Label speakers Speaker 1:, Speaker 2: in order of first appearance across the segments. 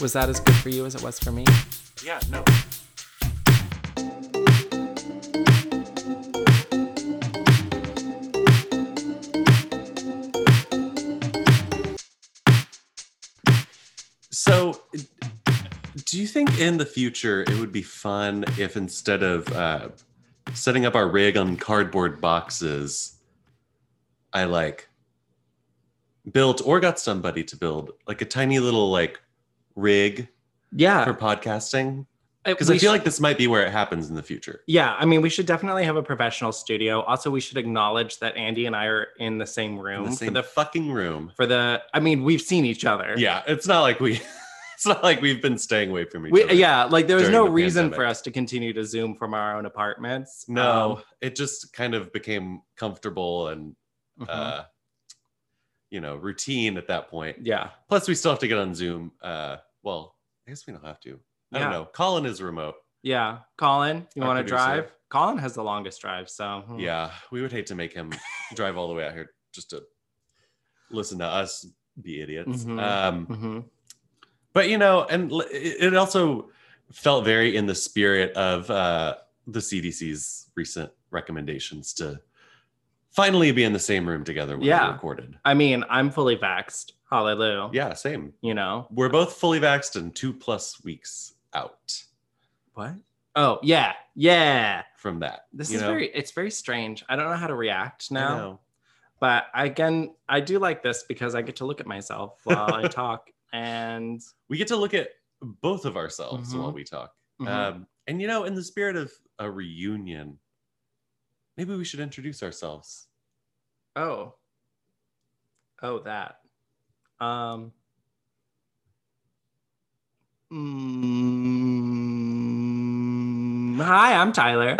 Speaker 1: Was that as good for you as it was for me?
Speaker 2: Yeah, no.
Speaker 3: So, do you think in the future it would be fun if instead of uh, setting up our rig on cardboard boxes, I like built or got somebody to build like a tiny little like rig
Speaker 1: Yeah.
Speaker 3: for podcasting? Because
Speaker 1: we
Speaker 3: I feel
Speaker 1: sh-
Speaker 3: like this might be where it happens in the future.
Speaker 1: yeah, I mean, we should definitely have a professional studio. Also, we should acknowledge that Andy and I are in the same
Speaker 3: In
Speaker 1: room
Speaker 3: the
Speaker 1: for
Speaker 3: same
Speaker 1: the
Speaker 3: fucking room.
Speaker 1: for the. I mean, we've seen each other.
Speaker 3: Yeah, it's not like we. It's not like we've been staying away from each
Speaker 1: We,
Speaker 3: other.
Speaker 1: yeah, like there was
Speaker 3: During
Speaker 1: no
Speaker 3: the
Speaker 1: reason
Speaker 3: pandemic.
Speaker 1: for us to continue to Zoom from our own apartments.
Speaker 3: No, it just kind of became comfortable and
Speaker 1: Um, mhm.
Speaker 3: uh, you know, routine at that point.
Speaker 1: mm-hmm. yeah.
Speaker 3: Plus, we still have to get on Zoom. Uh, well, I guess we don't have to. I
Speaker 1: Yeah.
Speaker 3: don't know. Colin is remote.
Speaker 1: Yeah. Colin, you
Speaker 3: Our
Speaker 1: want to
Speaker 3: producer.
Speaker 1: drive? Colin has the longest drive. So, hmm.
Speaker 3: Yeah, we would hate to make him drive all the way out here just to listen to us be idiots.
Speaker 1: Mhm.
Speaker 3: Um,
Speaker 1: Mhm.
Speaker 3: but you know, and l- it it also felt very in the spirit of uh, the CDC's recent recommendations to finally be in the same room together when
Speaker 1: Yeah.
Speaker 3: we recorded.
Speaker 1: I mean, I'm fully vaxxed. Hallelujah.
Speaker 3: Yeah, same.
Speaker 1: You know,
Speaker 3: We're both fully vaxxed and two plus weeks out.
Speaker 1: What? Oh yeah, yeah.
Speaker 3: from that.
Speaker 1: This
Speaker 3: you
Speaker 1: is
Speaker 3: know?
Speaker 1: very it's very strange. I don't know how to react
Speaker 3: I
Speaker 1: now.
Speaker 3: know.
Speaker 1: But again, I do like this because I get to look at myself while I talk. And
Speaker 3: We get to look at both of ourselves
Speaker 1: Mhm.
Speaker 3: while we talk.
Speaker 1: mhm.
Speaker 3: Um, and you know, in the spirit of a reunion, maybe we should introduce ourselves.
Speaker 1: oh. Oh that. Um mm, hi, I'm Tyler.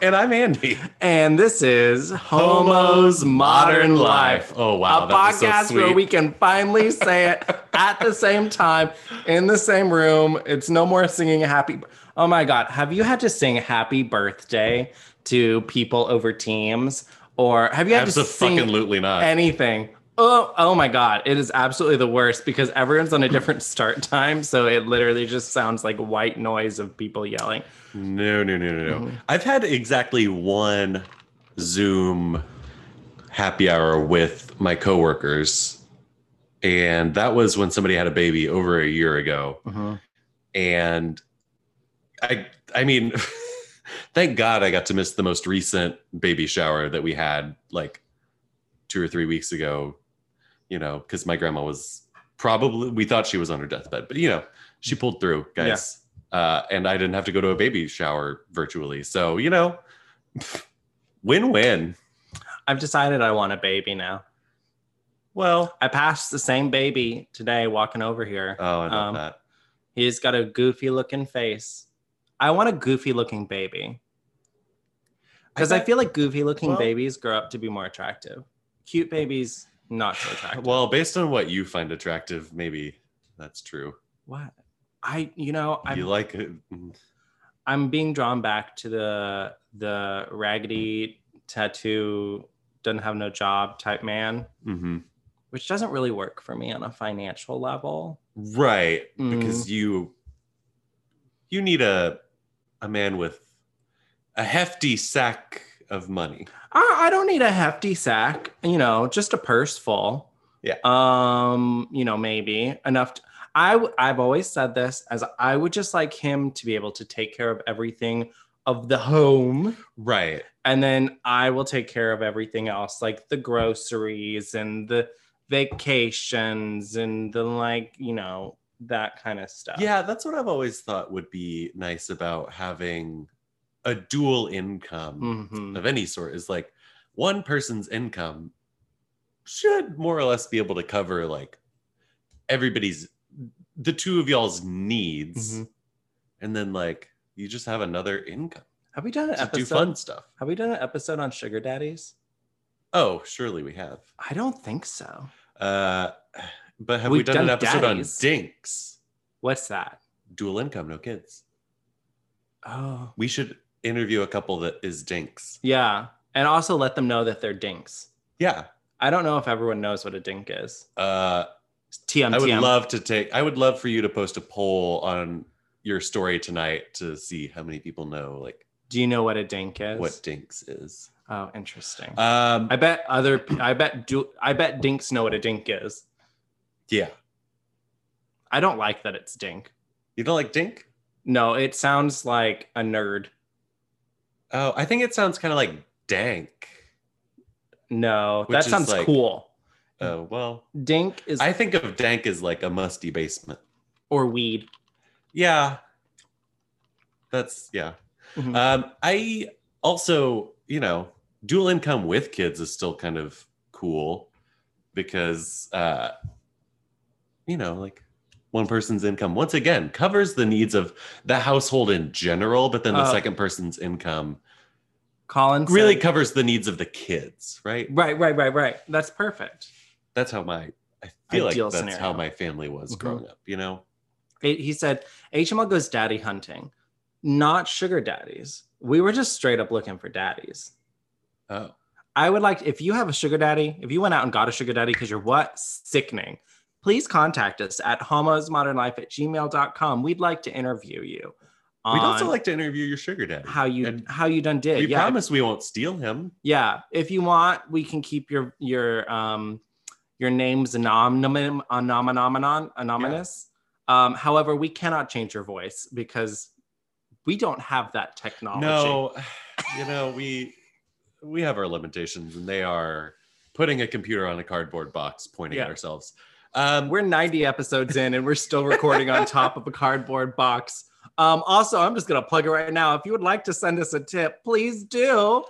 Speaker 3: and I'm Andy.
Speaker 1: And this is Homo's Modern Life.
Speaker 3: Oh wow,
Speaker 1: a
Speaker 3: that was so
Speaker 1: podcast where
Speaker 3: sweet.
Speaker 1: we can finally say it at the same time in the same room. It's no more singing happy. Oh my God. Have you had to sing happy birthday to people over teams? Or have you had to sing
Speaker 3: Absolutely not.
Speaker 1: anything? Oh, oh my God. It is absolutely the worst because everyone's on a different start time. So it literally just sounds like white noise of people yelling.
Speaker 3: no, no, no, no, no.
Speaker 1: Mhm.
Speaker 3: I've had exactly one Zoom happy hour with my coworkers, and that was when somebody had a baby over a year ago. and i i mean thank god i got to miss the most recent baby shower that we had like two or three weeks ago you know because my grandma was probably we thought she was on her deathbed but you know she pulled through guys uh, and i didn't have to go to a baby shower virtually so you know win-win
Speaker 1: I've decided I want a baby now.
Speaker 3: well
Speaker 1: I passed the same baby today walking over here.
Speaker 3: oh i love
Speaker 1: Um,
Speaker 3: that
Speaker 1: He's got a goofy looking face. I want a goofy looking baby. Because I,
Speaker 3: bet-
Speaker 1: feel like goofy looking
Speaker 3: well-
Speaker 1: babies grow up to be more attractive. Cute babies, not so attractive.
Speaker 3: well based on what you find attractive maybe that's true
Speaker 1: what? I, you know, I'm,
Speaker 3: you like it Mm-hmm.
Speaker 1: I'm being drawn back to the the raggedy tattoo doesn't have no job type man,
Speaker 3: hmm
Speaker 1: which doesn't really work for me on a financial level.
Speaker 3: right
Speaker 1: Mm.
Speaker 3: because you you need a a man with a hefty sack of money
Speaker 1: I, I don't need a hefty sack, you know, just a purse full.
Speaker 3: Yeah.
Speaker 1: Um, you know, maybe enough. To, I w- I've always said this as I would just like him to be able to take care of everything of the home,
Speaker 3: right
Speaker 1: and then I will take care of everything else, like the groceries and the vacations and the like, you know, that kind of stuff.
Speaker 3: yeah that's what i've always thought would be nice about having a dual income
Speaker 1: Mhm.
Speaker 3: of any sort is like one person's income should more or less be able to cover like everybody's the two of y'all's needs,
Speaker 1: Mhm.
Speaker 3: and then like you just have another income
Speaker 1: Have we done an
Speaker 3: to
Speaker 1: episode?
Speaker 3: do fun stuff.
Speaker 1: Have we done an episode on sugar daddies?
Speaker 3: Oh, surely we have.
Speaker 1: I don't think so.
Speaker 3: Uh, but have
Speaker 1: We've
Speaker 3: we done,
Speaker 1: done
Speaker 3: an episode
Speaker 1: daddies.
Speaker 3: on dinks?
Speaker 1: What's that?
Speaker 3: Dual income, no kids.
Speaker 1: Oh,
Speaker 3: We should interview a couple that is dinks.
Speaker 1: yeah. And also let them know that they're dinks.
Speaker 3: Yeah.
Speaker 1: I don't know if everyone knows what a dink is.
Speaker 3: Uh,
Speaker 1: TM,
Speaker 3: I would
Speaker 1: TM.
Speaker 3: love to take. I would love for you to post a poll on your story tonight to see how many people know like
Speaker 1: Do you know what a dink is?
Speaker 3: what dinks is.
Speaker 1: Oh, interesting.
Speaker 3: Um,
Speaker 1: I bet other. p- I bet. Do I bet dinks know what a dink is?
Speaker 3: yeah,
Speaker 1: I don't like that it's dink.
Speaker 3: you don't like dink?
Speaker 1: No, it sounds like a nerd.
Speaker 3: Oh, I think it sounds kind of like dank.
Speaker 1: No,
Speaker 3: Which
Speaker 1: that
Speaker 3: is
Speaker 1: sounds
Speaker 3: like-
Speaker 1: cool.
Speaker 3: Oh well,
Speaker 1: Dink is
Speaker 3: I think of dank as like a musty basement.
Speaker 1: or weed.
Speaker 3: Yeah, that's yeah.
Speaker 1: Mhm.
Speaker 3: Um, I also, you know, dual income with kids is still kind of cool because, uh, you know, like one person's income once again covers the needs of the household in general, but then the
Speaker 1: Uh,
Speaker 3: second person's income
Speaker 1: Colin said-
Speaker 3: really covers the needs of the kids, right?
Speaker 1: Right, right, right, right. That's perfect.
Speaker 3: That's how my I feel
Speaker 1: Ideal
Speaker 3: like that's
Speaker 1: scenario.
Speaker 3: how my family was
Speaker 1: Mhm.
Speaker 3: growing up. You know,
Speaker 1: It- he said HML goes daddy hunting, not sugar daddies. We were just straight up looking for daddies.
Speaker 3: oh,
Speaker 1: I would like if you have a sugar daddy, if you went out and got a sugar daddy because you're what? Sickening. Please contact us at homosmodernlife at gmail.com. We'd like to interview you.
Speaker 3: we'd also
Speaker 1: on
Speaker 3: like to interview your sugar daddy.
Speaker 1: how you
Speaker 3: and
Speaker 1: how you done did.
Speaker 3: we
Speaker 1: yeah.
Speaker 3: promise we won't steal him.
Speaker 1: Yeah. If you want, we can keep your your um your names anonymous anonymous anonymous. Um, however, we cannot change your voice because we don't have that technology.
Speaker 3: No, you know we we have our limitations, and they are putting a computer on a cardboard box, pointing at
Speaker 1: Yeah.
Speaker 3: ourselves. Um,
Speaker 1: We're 90 episodes in and we're still recording on top of a cardboard box. Um, also, I'm just going to plug it right now. If you would like to send us a tip, please do.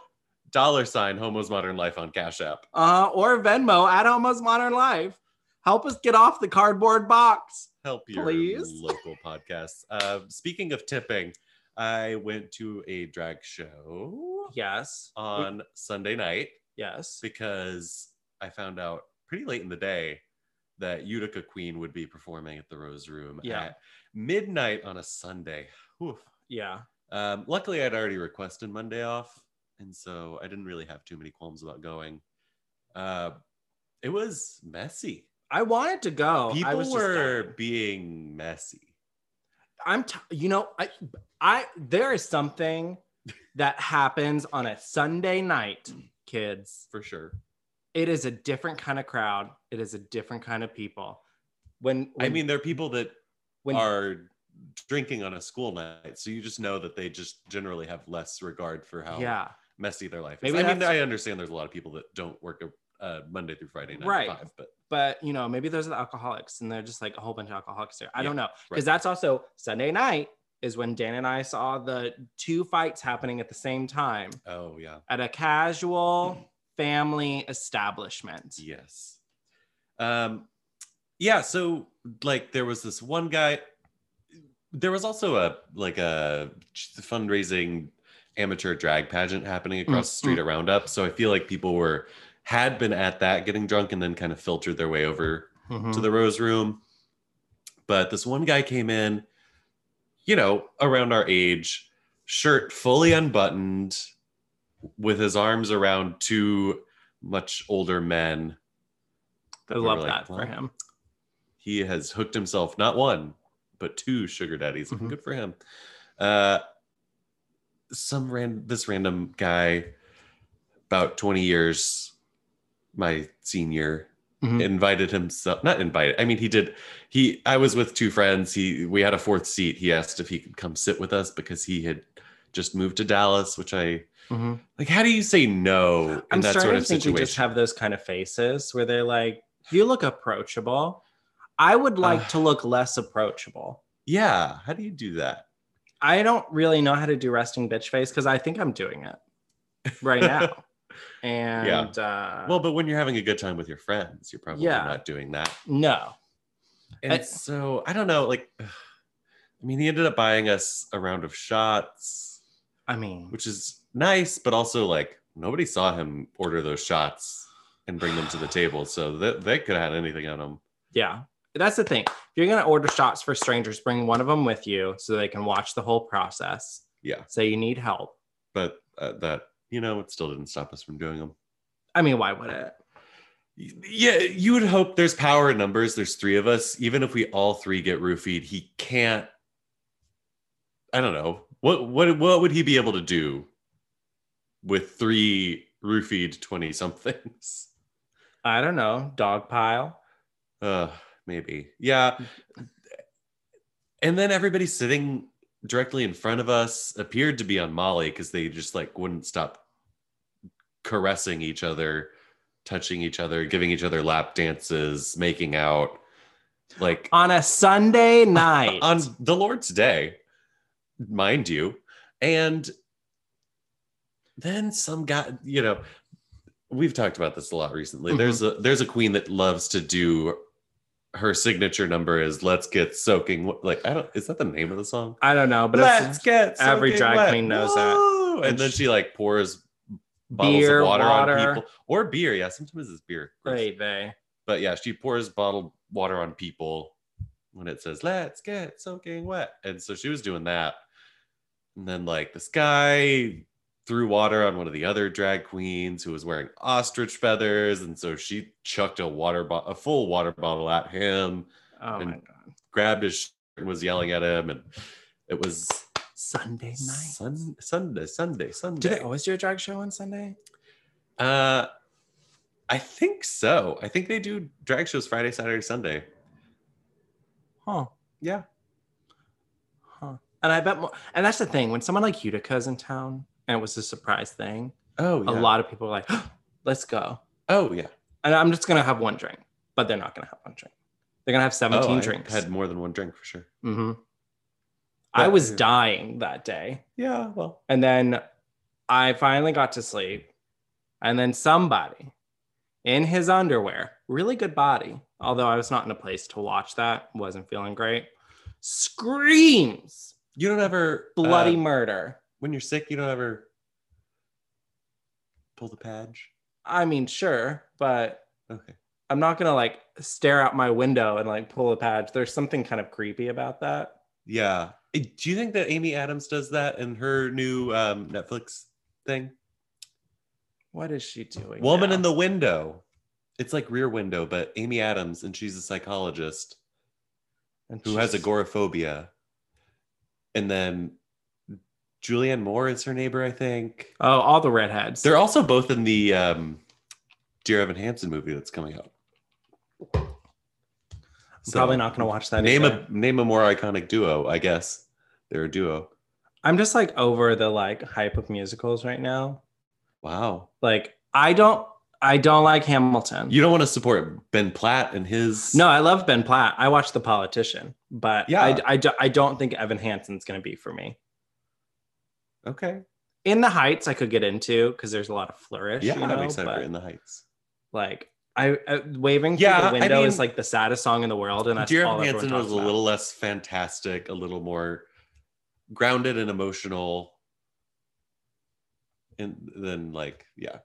Speaker 3: dollar sign Homo's Modern Life on Cash App.
Speaker 1: Uh, or Venmo at Almost Modern Life. Help us get off the cardboard box.
Speaker 3: Help your
Speaker 1: Please.
Speaker 3: local podcasts. Uh, speaking of tipping, I went to a drag show
Speaker 1: Yes.
Speaker 3: on Sunday night
Speaker 1: yes.
Speaker 3: because I found out pretty late in the day that Utica Queen would be performing at the Rose Room
Speaker 1: Yeah.
Speaker 3: at midnight on a Sunday. Whew.
Speaker 1: Yeah.
Speaker 3: Um, luckily, I'd already requested Monday off, and so I didn't really have too many qualms about going. Uh, it was messy.
Speaker 1: I wanted to go. Oh, I
Speaker 3: People
Speaker 1: was just dying.
Speaker 3: were being messy.
Speaker 1: I'm, t- you know, I, I, there is something that happens on a Sunday night, kids.
Speaker 3: for sure.
Speaker 1: It is a different kind of crowd. It is a different kind of people. When,
Speaker 3: I
Speaker 1: when-
Speaker 3: mean, there are people that
Speaker 1: when
Speaker 3: are drinking on a school night, so you just know that they just generally have less regard for how
Speaker 1: yeah,
Speaker 3: messy their life is.
Speaker 1: Maybe
Speaker 3: I mean,
Speaker 1: that's-
Speaker 3: I understand there's a lot of people that don't work a uh, Monday through Friday nine
Speaker 1: Right.
Speaker 3: to five, but
Speaker 1: but you know, maybe those are the alcoholics, and they're just like a whole bunch of alcoholics there. I
Speaker 3: Yeah,
Speaker 1: don't know because
Speaker 3: right.
Speaker 1: that's also Sunday night is when Dan and I saw the two fights happening at the same time
Speaker 3: oh yeah.
Speaker 1: at a casual
Speaker 3: Mm-hmm.
Speaker 1: family establishment.
Speaker 3: Yes. Um, yeah. So like, there was this one guy. There was also a like a fundraising amateur drag pageant happening across the street at Roundup. So I feel like people were had been at that getting drunk and then kind of filtered their way over
Speaker 1: Mm.
Speaker 3: to the Rose Room. But this one guy came in, you know, around our age, shirt fully unbuttoned, with his arms around two much older men.
Speaker 1: I
Speaker 3: We were
Speaker 1: love
Speaker 3: like,
Speaker 1: that for
Speaker 3: "Well,
Speaker 1: him.
Speaker 3: He has hooked himself not one, but two sugar daddies.
Speaker 1: Mhm.
Speaker 3: Good for him. Uh, some ran this random guy, about twenty years my senior,
Speaker 1: Mhm.
Speaker 3: invited himself not invited i mean he did he i was with two friends he we had a fourth seat he asked if he could come sit with us because he had just moved to dallas which i
Speaker 1: Mhm.
Speaker 3: like how do you say no in
Speaker 1: I'm
Speaker 3: that
Speaker 1: starting
Speaker 3: sort
Speaker 1: to
Speaker 3: of
Speaker 1: think
Speaker 3: situation
Speaker 1: we just have those kind of faces where they're like, "You look approachable." I would like
Speaker 3: Ugh.
Speaker 1: to look less approachable.
Speaker 3: yeah how do you do that
Speaker 1: I don't really know how to do resting bitch face because I think I'm doing it right now. and uh,
Speaker 3: well but when you're having a good time with your friends you're probably
Speaker 1: Yeah.
Speaker 3: not doing that
Speaker 1: no,
Speaker 3: And
Speaker 1: I-
Speaker 3: so I don't know, like I mean, he ended up buying us a round of shots,
Speaker 1: I mean,
Speaker 3: which is nice, but also like nobody saw him order those shots and bring them to the table. So that they could have had anything on them.
Speaker 1: yeah. That's the thing. If you're gonna order shots for strangers, bring one of them with you so they can watch the whole process.
Speaker 3: Yeah.
Speaker 1: Say you need help.
Speaker 3: But uh, that, you know, it still didn't stop us from doing them.
Speaker 1: I mean, why would it?
Speaker 3: Yeah, you would hope there's power in numbers. There's three of us. Even if we all three get roofied, he can't. I don't know what what what would he be able to do with three roofied twenty somethings.
Speaker 1: I don't know. Dog pile.
Speaker 3: Uh, maybe yeah. And then everybody sitting directly in front of us appeared to be on Molly because they just like wouldn't stop caressing each other, touching each other, giving each other lap dances, making out. Like
Speaker 1: On a Sunday night.
Speaker 3: on the Lord's Day, mind you. And then some guy, you know, we've talked about this a lot recently.
Speaker 1: Mhm.
Speaker 3: There's a there's a queen that loves to do her signature number is let's get soaking wet." like I don't is that the name of the song?
Speaker 1: I don't know, but
Speaker 3: let's
Speaker 1: it's
Speaker 3: get
Speaker 1: every
Speaker 3: soaking
Speaker 1: drag
Speaker 3: wet.
Speaker 1: queen knows that.
Speaker 3: Woo! And
Speaker 1: And
Speaker 3: then
Speaker 1: sh-
Speaker 3: she like pours bottles
Speaker 1: beer,
Speaker 3: of water, on
Speaker 1: water.
Speaker 3: people or beer. Yeah, sometimes it's beer. Gross
Speaker 1: Great day.
Speaker 3: but yeah, she pours bottled water on people when it says "Let's get soaking wet," and so she was doing that. And then like this guy threw water on one of the other drag queens who was wearing ostrich feathers, and so she chucked a water bo- a full water bottle at him,
Speaker 1: Oh my
Speaker 3: And-
Speaker 1: god.
Speaker 3: grabbed his shirt and was yelling at him, and it was
Speaker 1: Sunday night.
Speaker 3: sun- Sunday, Sunday,
Speaker 1: Do
Speaker 3: Sunday.
Speaker 1: they always do a drag show on Sunday?
Speaker 3: Uh, I think so. I think they do drag shows Friday, Saturday, Sunday.
Speaker 1: Huh.
Speaker 3: Yeah.
Speaker 1: Huh. And I bet more. And that's the thing. When someone like Utica's in town, and it was a surprise thing,
Speaker 3: Oh,
Speaker 1: a lot of people are like, "Let's go."
Speaker 3: Oh, yeah.
Speaker 1: And I'm just gonna have one drink, but they're not gonna have one drink. They're gonna have 17
Speaker 3: Oh, I
Speaker 1: drinks.
Speaker 3: Had more than one drink for sure.
Speaker 1: hmm I
Speaker 3: But-
Speaker 1: was dying that day,
Speaker 3: Yeah, well,
Speaker 1: and then I finally got to sleep, and then somebody in his underwear, really good body, although I was not in a place to watch that, wasn't feeling great, screams
Speaker 3: you don't ever
Speaker 1: bloody
Speaker 3: uh,
Speaker 1: murder.
Speaker 3: when you're sick. You don't ever pull the page.
Speaker 1: I mean, sure, but
Speaker 3: Okay.
Speaker 1: I'm not gonna like stare out my window and like pull a patch. There's something kind of creepy about that.
Speaker 3: Yeah. Eh, Do you think that Amy Adams does that in her new um, Netflix thing?
Speaker 1: What is she doing?
Speaker 3: Woman
Speaker 1: now?
Speaker 3: in the window. It's like Rear Window, but Amy Adams, and she's a psychologist
Speaker 1: And
Speaker 3: who has
Speaker 1: she's-
Speaker 3: agoraphobia. And then Julianne Moore is her neighbor, I think.
Speaker 1: Oh, all the redheads.
Speaker 3: They're also both in the um, Dear Evan Hansen movie that's coming out.
Speaker 1: I'm probably not gonna watch that.
Speaker 3: name
Speaker 1: either.
Speaker 3: a name a more iconic duo. I guess they're a duo.
Speaker 1: I'm just like over the like hype of musicals right now.
Speaker 3: Wow,
Speaker 1: Like I don't, I don't like Hamilton.
Speaker 3: you don't want to support Ben Platt and his
Speaker 1: no, I love Ben Platt. I watch The Politician, but
Speaker 3: Yeah.
Speaker 1: yeah, I, I, do- I don't think Evan Hansen's gonna be for me.
Speaker 3: Okay,
Speaker 1: In the Heights, I could get into because there's a lot of flourish.
Speaker 3: yeah,
Speaker 1: you know,
Speaker 3: I'm excited
Speaker 1: but-
Speaker 3: for In the Heights.
Speaker 1: like I, I waving
Speaker 3: Yeah,
Speaker 1: through
Speaker 3: I
Speaker 1: the window
Speaker 3: mean-
Speaker 1: is like the saddest song in the world, and that's
Speaker 3: Dear
Speaker 1: all
Speaker 3: Evan
Speaker 1: everyone
Speaker 3: Hansen
Speaker 1: talks
Speaker 3: was a
Speaker 1: about.
Speaker 3: little less fantastic, a little more grounded and emotional, and then like yeah,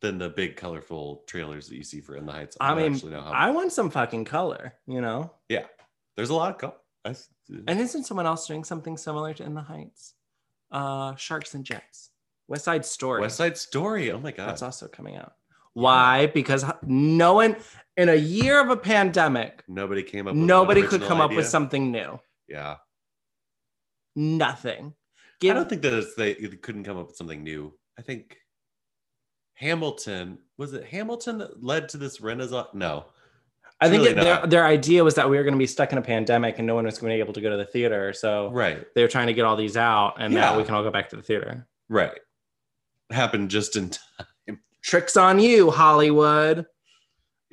Speaker 3: than the big colorful trailers that you see for In the Heights.
Speaker 1: I
Speaker 3: don't
Speaker 1: mean,
Speaker 3: actually know how
Speaker 1: I want some fucking color, you know.
Speaker 3: there's a lot of color. I,
Speaker 1: And isn't someone else doing something similar to In the Heights? Uh, Sharks and Jets, West Side Story.
Speaker 3: West Side Story. Oh my god,
Speaker 1: That's also coming out. Why? Because h- no one in a year of a pandemic,
Speaker 3: nobody came up. with an
Speaker 1: nobody could
Speaker 3: original
Speaker 1: come up with
Speaker 3: idea.
Speaker 1: something new.
Speaker 3: Yeah.
Speaker 1: Nothing.
Speaker 3: I
Speaker 1: Give,
Speaker 3: don't think that it's they it couldn't come up with something new. I think Hamilton was it Hamilton that led to this renaissance? No,
Speaker 1: I think
Speaker 3: really
Speaker 1: that their,
Speaker 3: not.
Speaker 1: their idea was that we were going to be stuck in a pandemic and no one was going to be able to go to the theater. So
Speaker 3: right,
Speaker 1: they were trying to get all these out and
Speaker 3: Yeah.
Speaker 1: now we can all go back to the theater.
Speaker 3: right. Happened just in time.
Speaker 1: Tricks on you, Hollywood.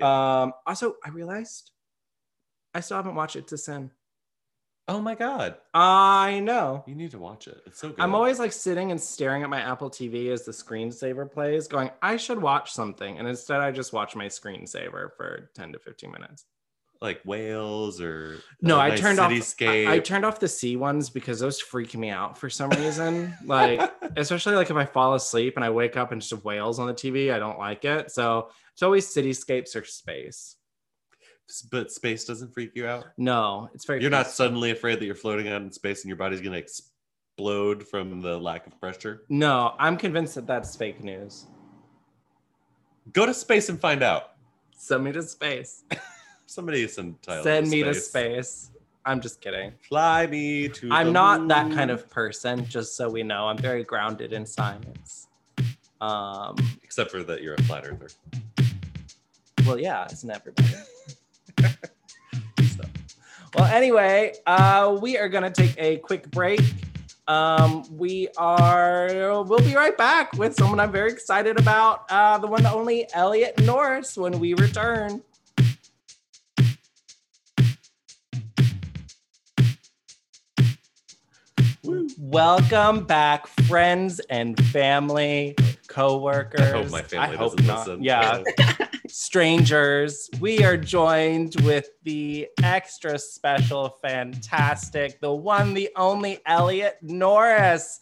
Speaker 1: Um, also, I realized I still haven't watched It to Sin.
Speaker 3: Oh my god,
Speaker 1: I know.
Speaker 3: you need to watch it. It's so good.
Speaker 1: I'm always like sitting and staring at my Apple TV as the screensaver plays, going, I should watch something. And instead, I just watch my screensaver for 10 to 15 minutes.
Speaker 3: like whales or
Speaker 1: No,
Speaker 3: a
Speaker 1: I
Speaker 3: nice
Speaker 1: turned off- I-
Speaker 3: cityscape?
Speaker 1: I turned off the sea ones because those freak me out for some reason. like, especially like if I fall asleep and I wake up and just whales on the TV, I don't like it. So it's always cityscapes or space.
Speaker 3: but space doesn't freak you out.
Speaker 1: No, it's very.
Speaker 3: You're not
Speaker 1: peaceful.
Speaker 3: suddenly afraid that you're floating out in space and your body's gonna explode from the lack of pressure.
Speaker 1: No, I'm convinced that that's fake news.
Speaker 3: Go to space and find out.
Speaker 1: Send me to space.
Speaker 3: Somebody is entitled.
Speaker 1: Send me to space. I'm just kidding.
Speaker 3: Fly me to. the
Speaker 1: I'm not that
Speaker 3: moon.
Speaker 1: kind of person, just so we know. I'm very grounded in science. Um,
Speaker 3: Except for that, you're a flat earther.
Speaker 1: well, yeah, isn't everybody? So, Well, anyway, uh, we are gonna take a quick break. Um, we are. We'll be right back with someone I'm very excited about. Uh, the one and only Elliot Norris when we return. Welcome back, friends and family, coworkers.
Speaker 3: I hope my family
Speaker 1: hope
Speaker 3: doesn't
Speaker 1: not.
Speaker 3: listen.
Speaker 1: Yeah, strangers, we are joined with the extra special, fantastic, the one, the only Elliot Norris.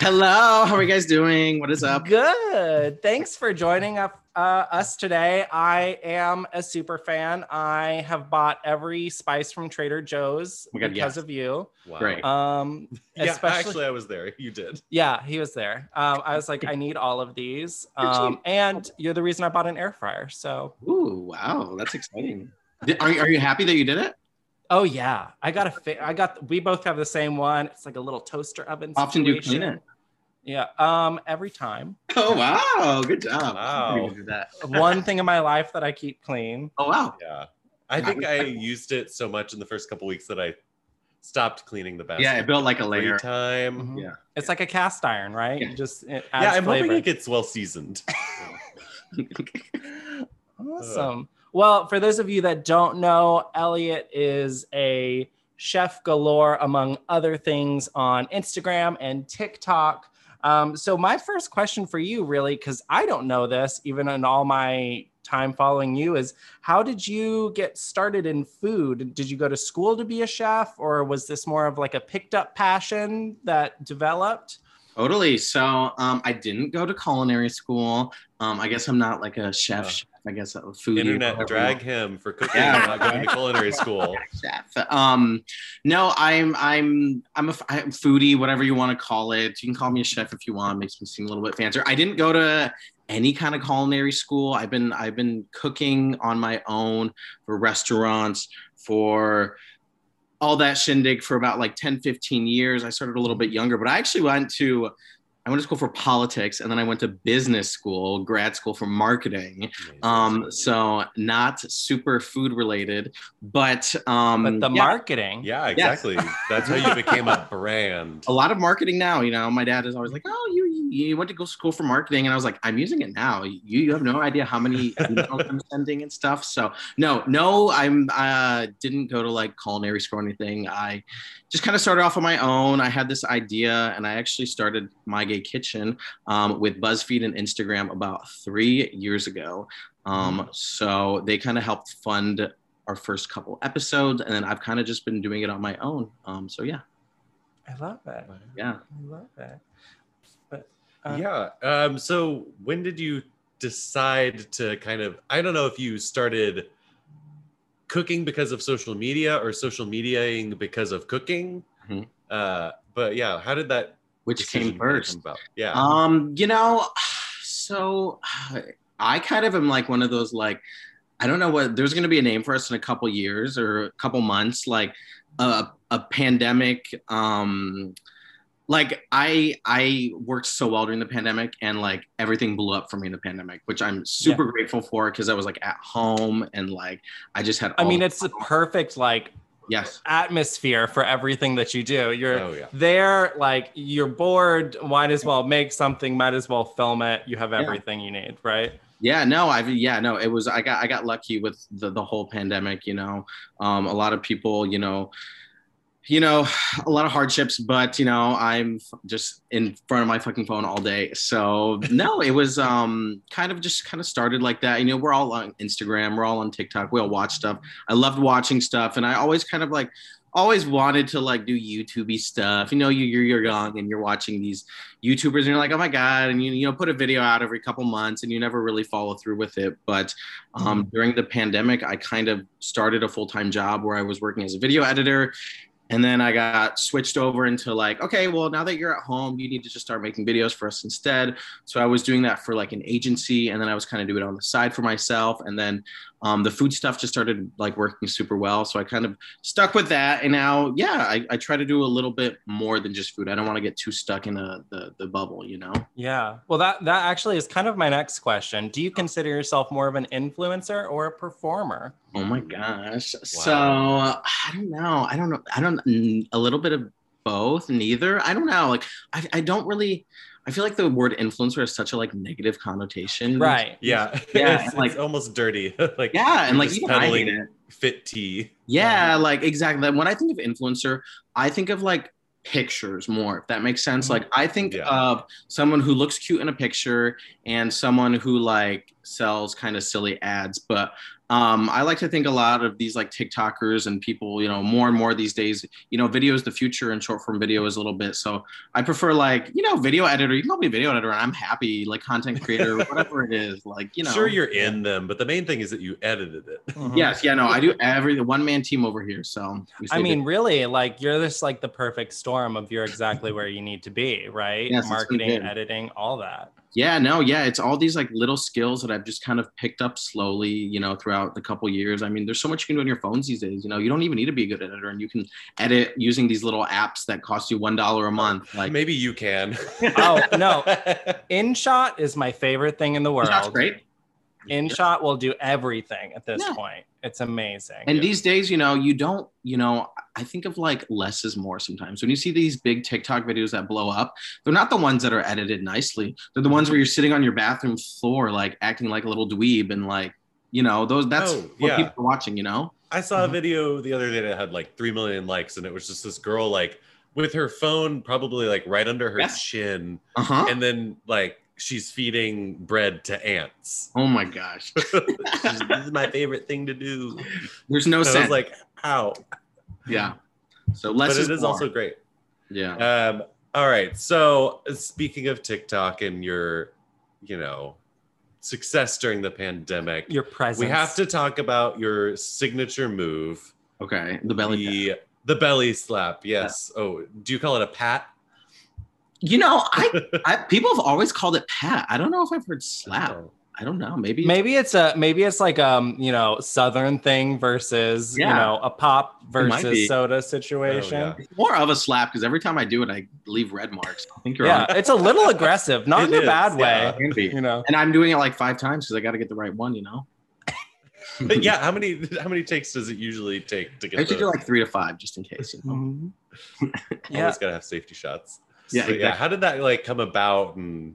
Speaker 4: Hello, how are you guys doing? What is up?
Speaker 1: Good. Thanks for joining up, uh, us today. I am a super fan. I have bought every spice from Trader Joe's
Speaker 4: Oh my God,
Speaker 1: because
Speaker 4: yes.
Speaker 1: of you.
Speaker 3: Wow.
Speaker 4: Great.
Speaker 1: Um,
Speaker 3: Yeah,
Speaker 1: especially
Speaker 3: actually, I was there. You did.
Speaker 1: Yeah, he was there. Um, I was like, I need all of these. Um, and you're the reason I bought an air fryer. So,
Speaker 4: Ooh, wow, that's exciting. Did- Are you, are you happy that you did it?
Speaker 1: oh yeah, I got a. Fi- I got. We both have the same one. It's like a little toaster oven.
Speaker 4: How often do you
Speaker 1: situation.
Speaker 4: clean it?
Speaker 1: Yeah. Um. Every time.
Speaker 4: Oh wow, good job.
Speaker 3: Wow.
Speaker 4: You did that.
Speaker 1: one thing in my life that I keep clean.
Speaker 4: Oh wow.
Speaker 3: Yeah. I think I used it so much in the first couple weeks that I stopped cleaning the basket.
Speaker 4: Yeah, it built like a
Speaker 3: Free
Speaker 4: layer.
Speaker 3: time.
Speaker 1: Mhm.
Speaker 4: Yeah.
Speaker 1: It's like a cast iron, right?
Speaker 4: Mm-hmm. Yeah.
Speaker 1: You just it adds
Speaker 3: Yeah, I'm
Speaker 1: flavor.
Speaker 3: hoping it gets well seasoned.
Speaker 1: Awesome. Well, for those of you that don't know, Elliot is a chef galore, among other things, on Instagram and TikTok. Um, so, my first question for you, really, because I don't know this, even in all my time following you, is how did you get started in food? Did you go to school to be a chef, or was this more of like a picked up passion that developed?
Speaker 4: Totally. So um, I didn't go to culinary school. Um, I guess I'm not like a chef.
Speaker 3: Yeah.
Speaker 4: chef. I guess a foodie. or
Speaker 3: Uh. Internet
Speaker 4: whatever.
Speaker 3: drag him for cooking
Speaker 4: Yeah.
Speaker 3: not going to culinary school.
Speaker 4: chef. Um, no, I'm I'm I'm a f- I'm foodie, whatever you want to call it. You can call me a chef if you want. Makes me seem a little bit fancier. I didn't go to any kind of culinary school. I've been I've been cooking on my own for restaurants for all that shindig for about like 10 15 years i started a little bit younger but i actually went to i went to school for politics and then i went to business school grad school for marketing um so not super food related but um
Speaker 1: But the
Speaker 4: yeah,
Speaker 1: marketing.
Speaker 3: yeah, exactly. That's how you became a brand.
Speaker 4: a lot of marketing now you know my dad is always like oh you you- you went to go school for marketing and i was like i'm using it now you, you have no idea how many emails i'm sending and stuff so no no i'm uh didn't go to like culinary school or anything i just kind of started off on my own i had this idea and i actually started my gay kitchen um, with buzzfeed and instagram about three years ago um, so they kind of helped fund our first couple episodes and then i've kind of just been doing it on my own um, so yeah
Speaker 1: I love it.
Speaker 4: yeah
Speaker 1: I love it. Uh,
Speaker 3: Yeah. Um, so when did you decide to kind of, I don't know if you started cooking because of social media or social mediaing because of cooking.
Speaker 4: Mhm.
Speaker 3: Uh, but yeah, how did that
Speaker 4: which came
Speaker 3: decision kinda
Speaker 4: first
Speaker 3: come about? Yeah.
Speaker 4: Um, you know, so I kind of am like one of those like I don't know what there's going to be a name for us in a couple years or a couple months like a a pandemic um like I I worked so well during the pandemic and like everything blew up for me in the pandemic, which I'm super grateful for because I was like at home and like I just had
Speaker 1: I
Speaker 4: all-
Speaker 1: mean, it's the perfect like
Speaker 4: yes.
Speaker 1: atmosphere for everything that you do. You're
Speaker 3: oh, yeah.
Speaker 1: there, like you're bored. Might as well make something. Might as well film it. You have
Speaker 4: Yeah.
Speaker 1: everything you need, right?
Speaker 4: Yeah, no, I've yeah, no, it was I got I got lucky with the the whole pandemic, you know. Um a lot of people, you know, you know, a lot of hardships, but you know, I'm f- just in front of my fucking phone all day. So no, it was um kind of just kind of started like that. You know, we're all on Instagram, we're all on TikTok, we all watch stuff. I loved watching stuff, and I always kind of like always wanted to like do YouTubey stuff. You know, you you're, you're young and you're watching these YouTubers, and you're like, oh my god, and you you know, put a video out every couple months, and you never really follow through with it. But um, during the pandemic, I kind of started a full time job where I was working as a video editor. And then I got switched over into like, okay, well, now that you're at home, you need to just start making videos for us instead. So I was doing that for like an agency, and then I was kind of doing it on the side for myself. And then um, the food stuff just started like working super well. So I kind of stuck with that. And now, yeah, I, I try to do a little bit more than just food. I don't want to get too stuck in a, the, the bubble, you know?
Speaker 1: Yeah. Well, that that actually is kind of my next question. Do you consider yourself more of an influencer or a performer?
Speaker 4: Oh
Speaker 3: Mm.
Speaker 4: my gosh. So
Speaker 3: Wow.
Speaker 4: I don't know. I don't know. I don't mm, a little bit of both, neither. I don't know. Like I, I don't really I feel like the word influencer has such a like negative connotation.
Speaker 1: Right.
Speaker 3: Yeah.
Speaker 4: Yeah,
Speaker 3: it's,
Speaker 4: like-
Speaker 3: it's almost dirty. like
Speaker 4: Yeah, and
Speaker 3: you're
Speaker 4: like
Speaker 3: just
Speaker 4: even I hate
Speaker 3: peddling
Speaker 4: it.
Speaker 3: fit tea.
Speaker 4: Yeah, like exactly. When I think of influencer, I think of like pictures more, if that makes sense. Like I think
Speaker 3: Yeah.
Speaker 4: of someone who looks cute in a picture and someone who like sells kind of silly ads. But um, I like to think a lot of these like TikTokers and people, you know, more and more these days, you know, video is the future and short form video is a little bit. So I prefer like, you know, video editor. You can call me video editor and I'm happy, like content creator, whatever it is. Like, you know.
Speaker 3: sure you're in them, but the main thing is that you edited it.
Speaker 1: Mhm.
Speaker 4: Yes, yeah, no, I do every one man team over here. So we
Speaker 1: I
Speaker 4: stay
Speaker 1: mean, really, like you're just like the perfect storm of you're exactly where you need to be, right?
Speaker 4: Yes, it's been
Speaker 1: Marketing,
Speaker 4: good.
Speaker 1: editing, all that.
Speaker 4: Yeah, no, yeah, it's all these like little skills that I've just kind of picked up slowly, you know, throughout the couple years. I mean, there's so much you can do on your phones these days. You know, you don't even need to be a good editor, and you can edit using these little apps that cost you one dollar a month. Like,
Speaker 3: Maybe you can.
Speaker 1: Oh no, InShot is my favorite thing in the world.
Speaker 4: that's great.
Speaker 1: InShot will do everything at this
Speaker 4: Yeah.
Speaker 1: point. It's amazing.
Speaker 4: And these days, you know, you don't, you know, I think of like less is more sometimes. When you see these big TikTok videos that blow up, they're not the ones that are edited nicely. They're the ones where you're sitting on your bathroom floor, like acting like a little dweeb and like, you know, those that's
Speaker 3: Oh,
Speaker 4: what
Speaker 3: yeah.
Speaker 4: people are watching, you know?
Speaker 3: I saw a
Speaker 1: Mhm.
Speaker 3: video the other day that had like three million likes, and it was just this girl like with her phone probably like right under her
Speaker 4: Yes.
Speaker 3: chin,
Speaker 4: Uh-huh.
Speaker 3: and then like she's feeding bread to ants.
Speaker 4: Oh my gosh.
Speaker 3: She's, this is my favorite thing to do.
Speaker 4: There's no
Speaker 3: And I
Speaker 4: sense.
Speaker 3: was like, how?
Speaker 4: yeah. So less
Speaker 3: but
Speaker 4: is,
Speaker 3: it is
Speaker 4: more.
Speaker 3: also great.
Speaker 4: yeah.
Speaker 3: Um, all right. So uh, speaking of TikTok and your, you know, success during the pandemic,
Speaker 1: your presence.
Speaker 3: we have to talk about your signature move,
Speaker 4: Okay. The belly. tap.
Speaker 3: the the belly slap. Yes. Oh, do you call it a pat?
Speaker 4: You know, I, I people have always called it pat. I don't know if I've heard slap.
Speaker 3: Oh.
Speaker 4: I don't know. Maybe.
Speaker 1: Maybe it's a maybe it's like um you know southern thing versus you
Speaker 4: Yeah. know,
Speaker 1: know a pop
Speaker 4: might be.
Speaker 1: versus soda situation.
Speaker 3: Oh,
Speaker 4: it's more of a slap because every time I do it, I leave red marks. I think you're
Speaker 1: yeah,
Speaker 4: on.
Speaker 1: it's a little aggressive, not in
Speaker 3: It
Speaker 1: a
Speaker 3: is,
Speaker 1: bad
Speaker 3: yeah.
Speaker 1: way.
Speaker 4: Can be.
Speaker 1: You know,
Speaker 4: And I'm doing it like five times because I got to get the right one. You know.
Speaker 3: But yeah, how many how many takes does it usually take to
Speaker 4: I
Speaker 3: get?
Speaker 4: usually
Speaker 3: the-
Speaker 4: do like three to five just in case. You know?
Speaker 1: yeah.
Speaker 3: Always gotta have safety shots.
Speaker 4: Yeah,
Speaker 3: So, yeah.
Speaker 4: exactly.
Speaker 3: How did that like come about? And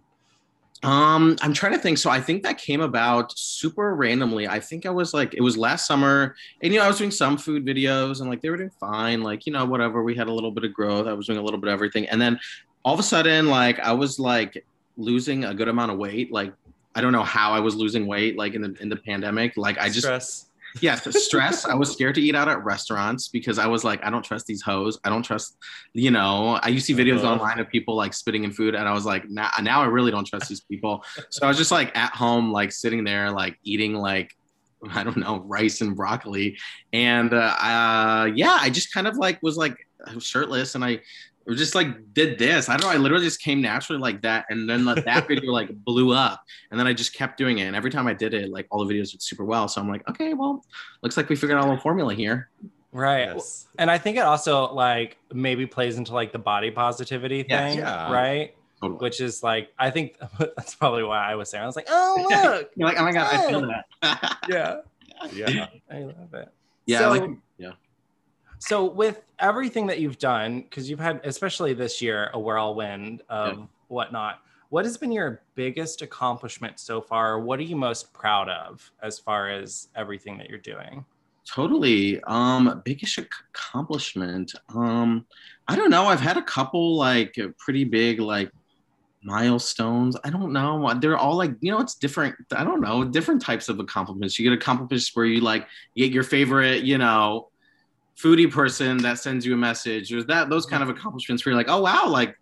Speaker 4: Um, I'm trying to think. So I think that came about super randomly. I think I was like, it was last summer, and you know, I was doing some food videos, and like they were doing fine, like you know, whatever. We had a little bit of growth. I was doing a little bit of everything, and then all of a sudden, like I was like losing a good amount of weight. Like I don't know how I was losing weight, like in the in the pandemic. Like I just
Speaker 3: stress.
Speaker 4: yes, the stress. I was scared to eat out at restaurants because I was like, I don't trust these hoes. I don't trust, you know. I used to see videos
Speaker 3: Uh-huh.
Speaker 4: online of people like spitting in food, and I was like, now, now I really don't trust these people. So I was just like at home, like sitting there, like eating like I don't know rice and broccoli, and uh, uh, yeah, I just kind of like was like I was shirtless, and I just like did this. I don't know. I literally just came naturally like that, and then like, that video like blew up, and then I just kept doing it. And every time I did it, like all the videos did super well. So I'm like, okay, well, looks like we figured out a little formula here.
Speaker 1: right.
Speaker 3: Yes.
Speaker 1: And I think it also like maybe plays into like the body positivity
Speaker 4: Yes.
Speaker 1: thing,
Speaker 3: Yeah.
Speaker 1: right?
Speaker 4: Totally.
Speaker 1: Which is like I think that's probably why I was there. I was like, oh look,
Speaker 4: You're like, oh my god, I feel that.
Speaker 1: yeah,
Speaker 3: Yeah.
Speaker 1: I love it.
Speaker 4: yeah,
Speaker 1: So-
Speaker 4: like yeah.
Speaker 1: So with everything that you've done, because you've had especially this year a whirlwind of whatnot, what has been your biggest accomplishment so far? What are you most proud of as far as everything that you're doing?
Speaker 4: Totally. Um, biggest ac- accomplishment. Um, I don't know. I've had a couple like pretty big like milestones. I don't know. They're all like you know, it's different. I don't know different types of accomplishments. You get accomplishments where you like get your favorite, you know, foodie person that sends you a message. There's that those kind of accomplishments where you're like, oh wow, like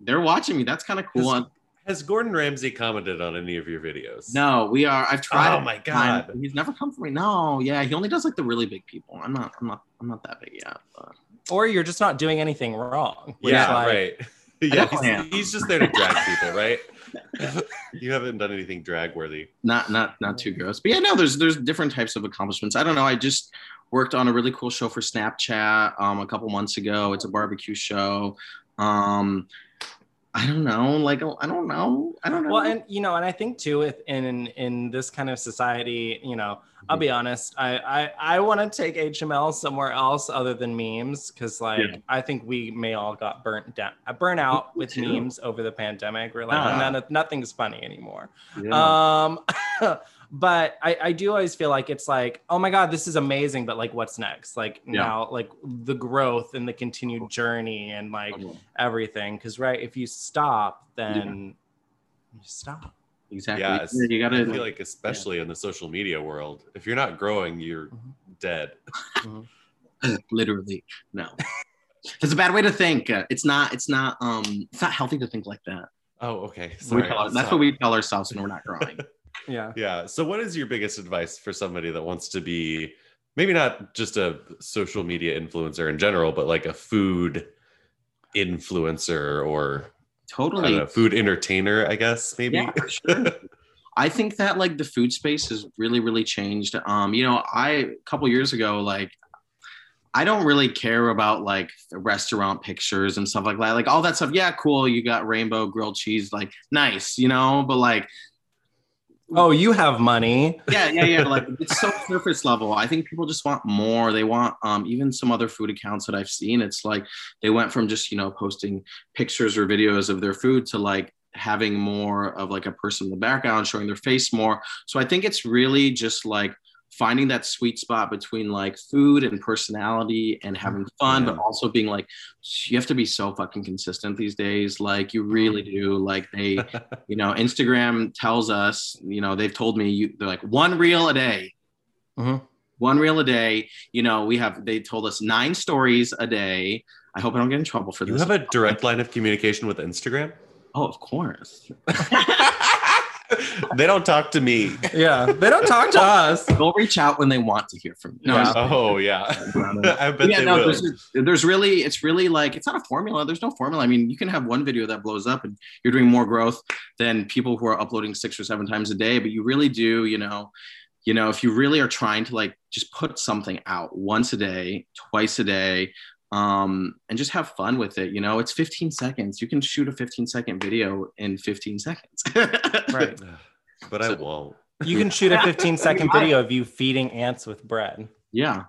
Speaker 4: they're watching me. That's kind of cool.
Speaker 3: Has- Has Gordon Ramsay commented on any of your videos?
Speaker 4: No, we are. I've tried.
Speaker 3: Oh
Speaker 4: it
Speaker 3: my
Speaker 4: a time,
Speaker 3: God.
Speaker 4: but He's never come for me. No, yeah, he only does like the really big people. I'm not. I'm not. I'm not that big yet. But.
Speaker 1: Or you're just not doing anything wrong. which,
Speaker 3: Yeah,
Speaker 1: like,
Speaker 3: right. Yeah,
Speaker 4: definitely
Speaker 3: he's,
Speaker 4: am.
Speaker 3: he's just there to drag people, right? you haven't done anything drag worthy.
Speaker 4: Not. Not. Not too gross. But yeah, no. There's. There's different types of accomplishments. I don't know. I just worked on a really cool show for Snapchat um, a couple months ago. It's a barbecue show. Um, I don't know. Like oh, I don't know. I don't know.
Speaker 1: Well, and you know, and I think too, if in in this kind of society, you know,
Speaker 4: Mm-hmm.
Speaker 1: I'll be honest, I I, I want to take HML somewhere else other than memes because, like,
Speaker 3: Yeah.
Speaker 1: I think we may all got burnt down, uh, burnt out with
Speaker 4: too.
Speaker 1: memes over the pandemic. We're like,
Speaker 4: Ah.
Speaker 1: none of, nothing's funny anymore. uh,
Speaker 4: Yeah.
Speaker 1: Um, but I I do always feel like it's like, oh my god, this is amazing, but like, what's next? Like
Speaker 4: Yeah.
Speaker 1: now, like the growth and the continued journey and like everything, because right, if you stop, then you stop.
Speaker 4: exactly.
Speaker 3: Yeah, it's-
Speaker 4: you
Speaker 3: I
Speaker 4: gotta.
Speaker 3: feel like, especially in the social media world, if you're not growing, you're
Speaker 4: Mm-hmm.
Speaker 1: Mhm.
Speaker 3: dead.
Speaker 4: literally no that's a bad way to think Uh, it's not it's not um it's not healthy to think like that
Speaker 3: Oh, okay.
Speaker 4: We
Speaker 3: Sorry.
Speaker 4: tell- that's
Speaker 3: Stop.
Speaker 4: what we tell ourselves when we're not growing
Speaker 1: Yeah.
Speaker 3: Yeah. So, what is your biggest advice for somebody that wants to be maybe not just a social media influencer in general, but like a food influencer or I don't
Speaker 4: totally
Speaker 3: know, food entertainer, I guess, maybe?
Speaker 4: Yeah, for sure. I think that like the food space has really, really changed. Um, you know, I a couple years ago, like I don't really care about like the restaurant pictures and stuff like that. Like all that stuff, yeah, cool. You got rainbow grilled cheese, like nice, you know, but like
Speaker 1: Oh, you have money.
Speaker 4: yeah, yeah, yeah. Like it's so surface level. I think people just want more. They want um even some other food accounts that I've seen. It's like they went from just you know posting pictures or videos of their food to like having more of like a person in the background showing their face more. So I think it's really just like finding that sweet spot between like food and personality and having fun but also being like you have to be so fucking consistent these days like you really do like they you know instagram tells us you know they've told me you, they're like one reel a day
Speaker 1: Mhm.
Speaker 4: one reel a day you know we have they told us nine stories a day i hope i don't get in trouble for
Speaker 3: You
Speaker 4: this
Speaker 3: have a direct line of communication with Instagram?
Speaker 4: oh of course
Speaker 3: they don't talk to me.
Speaker 1: Yeah. They don't talk to us.
Speaker 4: they'll reach out when they want to hear from you
Speaker 1: Yeah.
Speaker 3: Oh yeah, I bet
Speaker 4: yeah,
Speaker 3: they
Speaker 4: no,
Speaker 3: will.
Speaker 4: there's, there's really, it's really like, it's not a formula. There's no formula. I mean, you can have one video that blows up and you're doing more growth than people who are uploading six or seven times a day, but you really do, you know, you know, if you really are trying to like just put something out once a day, twice a day, um, and just have fun with it. You know, it's 15 seconds. You can shoot a 15 second video in 15 seconds.
Speaker 1: Right.
Speaker 3: but I won't.
Speaker 1: You can shoot a 15 second video of you feeding ants with bread.
Speaker 4: Yeah.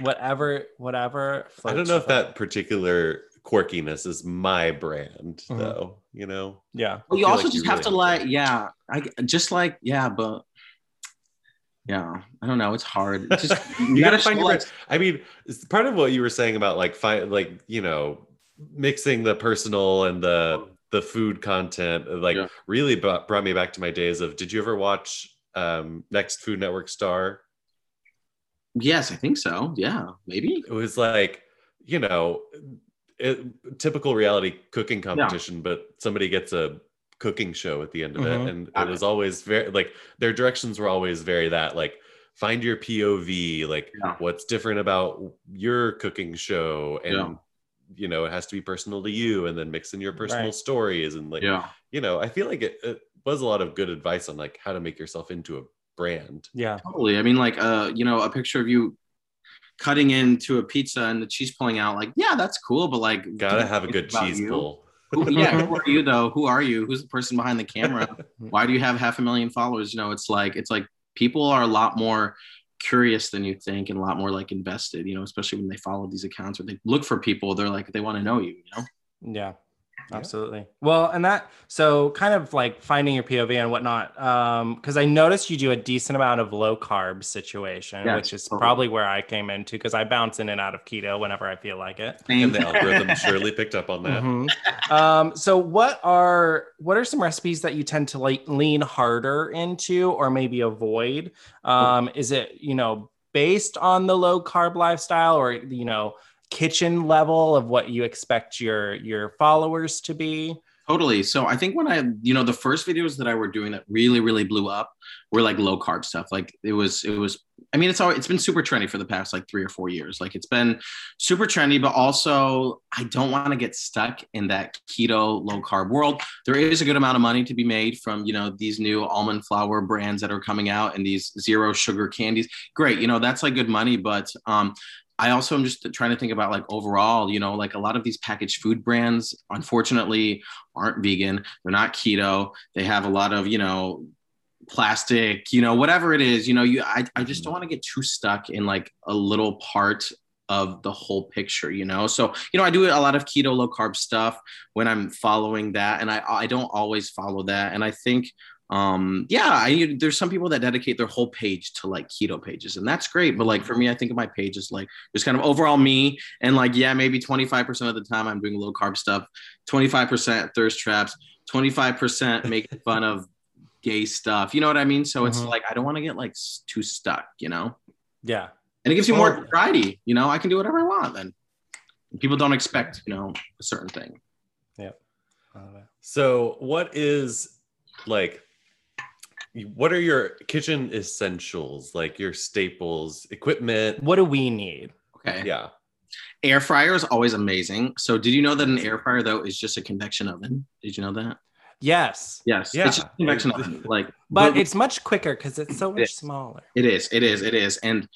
Speaker 1: Whatever, whatever.
Speaker 3: I don't
Speaker 1: floats
Speaker 3: know if
Speaker 1: your
Speaker 3: that
Speaker 1: boat.
Speaker 3: particular quirkiness is my brand,
Speaker 1: Mhm.
Speaker 3: though. You know,
Speaker 1: Yeah.
Speaker 4: Mm-hmm. Well, you
Speaker 3: feel
Speaker 4: also
Speaker 3: like you
Speaker 4: just have
Speaker 3: really
Speaker 4: to
Speaker 3: have
Speaker 4: like,
Speaker 3: to.
Speaker 4: yeah, I just like, yeah, but yeah, I don't know. It's hard. It's just
Speaker 3: You gotta
Speaker 4: show,
Speaker 3: find your
Speaker 4: like,
Speaker 3: brand. I mean, it's part of what you were saying about like find like you know mixing the personal and the the food content uh, like
Speaker 4: Yeah.
Speaker 3: really bu- brought me back to my days of did you ever watch um next food network star
Speaker 4: Yes, I think so. Yeah, maybe.
Speaker 3: it was like you know it, typical reality cooking competition but somebody gets a cooking show at the end of
Speaker 1: Mhm.
Speaker 3: it and
Speaker 4: Mm-hmm. Got
Speaker 3: it was always very like their directions were always very that like find your pov like
Speaker 4: Yeah.
Speaker 3: what's different about your cooking show and
Speaker 4: Yeah.
Speaker 3: you know it has to be personal to you and then mix in your personal
Speaker 1: Right.
Speaker 3: stories and like
Speaker 4: yeah,
Speaker 3: you know i feel like it, it was a lot of good advice on like how to make yourself into a brand
Speaker 1: Yeah.
Speaker 4: totally. I mean, like, uh, you know, a picture of you cutting into a pizza and the cheese pulling out. Like, yeah, that's cool, but like,
Speaker 3: gotta
Speaker 4: think
Speaker 3: have a good
Speaker 4: about
Speaker 3: cheese
Speaker 4: you.
Speaker 3: pull
Speaker 4: Who- yeah, who are you though? Who are you? Who's the person behind the camera? Why do you have half a million followers? You know, it's like it's like people are a lot more curious than you think and a lot more like invested, you know, especially when they follow these accounts or they look for people, they're like they want to know you, you know.
Speaker 1: Yeah. Absolutely. Well, and that so kind of like finding your POV and whatnot. Um, because I noticed you do a decent amount of low carb situation,
Speaker 4: Yes,
Speaker 1: which is
Speaker 4: totally.
Speaker 1: probably where I came into because I bounce in and out of keto whenever I feel like it.
Speaker 4: Same.
Speaker 3: And the algorithm surely picked up on that.
Speaker 4: Mm-hmm.
Speaker 1: Mhm. Um, so what are what are some recipes that you tend to like lean harder into or maybe avoid? Um, is it you know based on the low carb lifestyle or you know kitchen level of what you expect your your followers to be?
Speaker 4: Totally. So I think when I, you know, the first videos that I were doing that really, really blew up were like low carb stuff. Like it was, it was. I mean, it's all. It's been super trendy for the past like three or four years. Like it's been super trendy, but also I don't want to get stuck in that keto low carb world. There is a good amount of money to be made from you know these new almond flour brands that are coming out and these zero sugar candies. Great, you know that's like good money, but um, I also am just trying to think about like overall, you know, like a lot of these packaged food brands, unfortunately, aren't vegan. They're not keto. They have a lot of, you know, plastic, you know, whatever it is, you know, you, I, I just don't want to get too stuck in like a little part of the whole picture, you know? So, you know, I do a lot of keto, low carb stuff when I'm following that. And I, I don't always follow that. And I think, um, yeah, I, there's some people that dedicate their whole page to like keto pages and that's great. But like for me, I think of my page is like, just kind of overall me and like, yeah, maybe 25% of the time I'm doing low carb stuff. 25% thirst traps, 25% making fun of gay stuff. You know what I mean? So it's
Speaker 3: Mm-hmm.
Speaker 1: Mhm.
Speaker 4: like, I don't want to get like s- too stuck, you know?
Speaker 1: Yeah.
Speaker 4: And it gives you more
Speaker 1: Totally.
Speaker 4: variety, you know? I can do whatever I want then. People don't expect, you know, a certain thing.
Speaker 3: So, what is like, what are your kitchen essentials, like your staples, equipment?
Speaker 1: What do we need?
Speaker 4: Okay.
Speaker 3: Yeah.
Speaker 4: Air fryer is always amazing. So did you know that an air fryer though is just a convection oven? Did you know that?
Speaker 1: Yes.
Speaker 4: Yes.
Speaker 3: Yeah.
Speaker 4: It's just a convection oven. Like
Speaker 1: But it's much quicker because it's so
Speaker 4: Yeah.
Speaker 1: much smaller.
Speaker 4: It is. It is. It is. And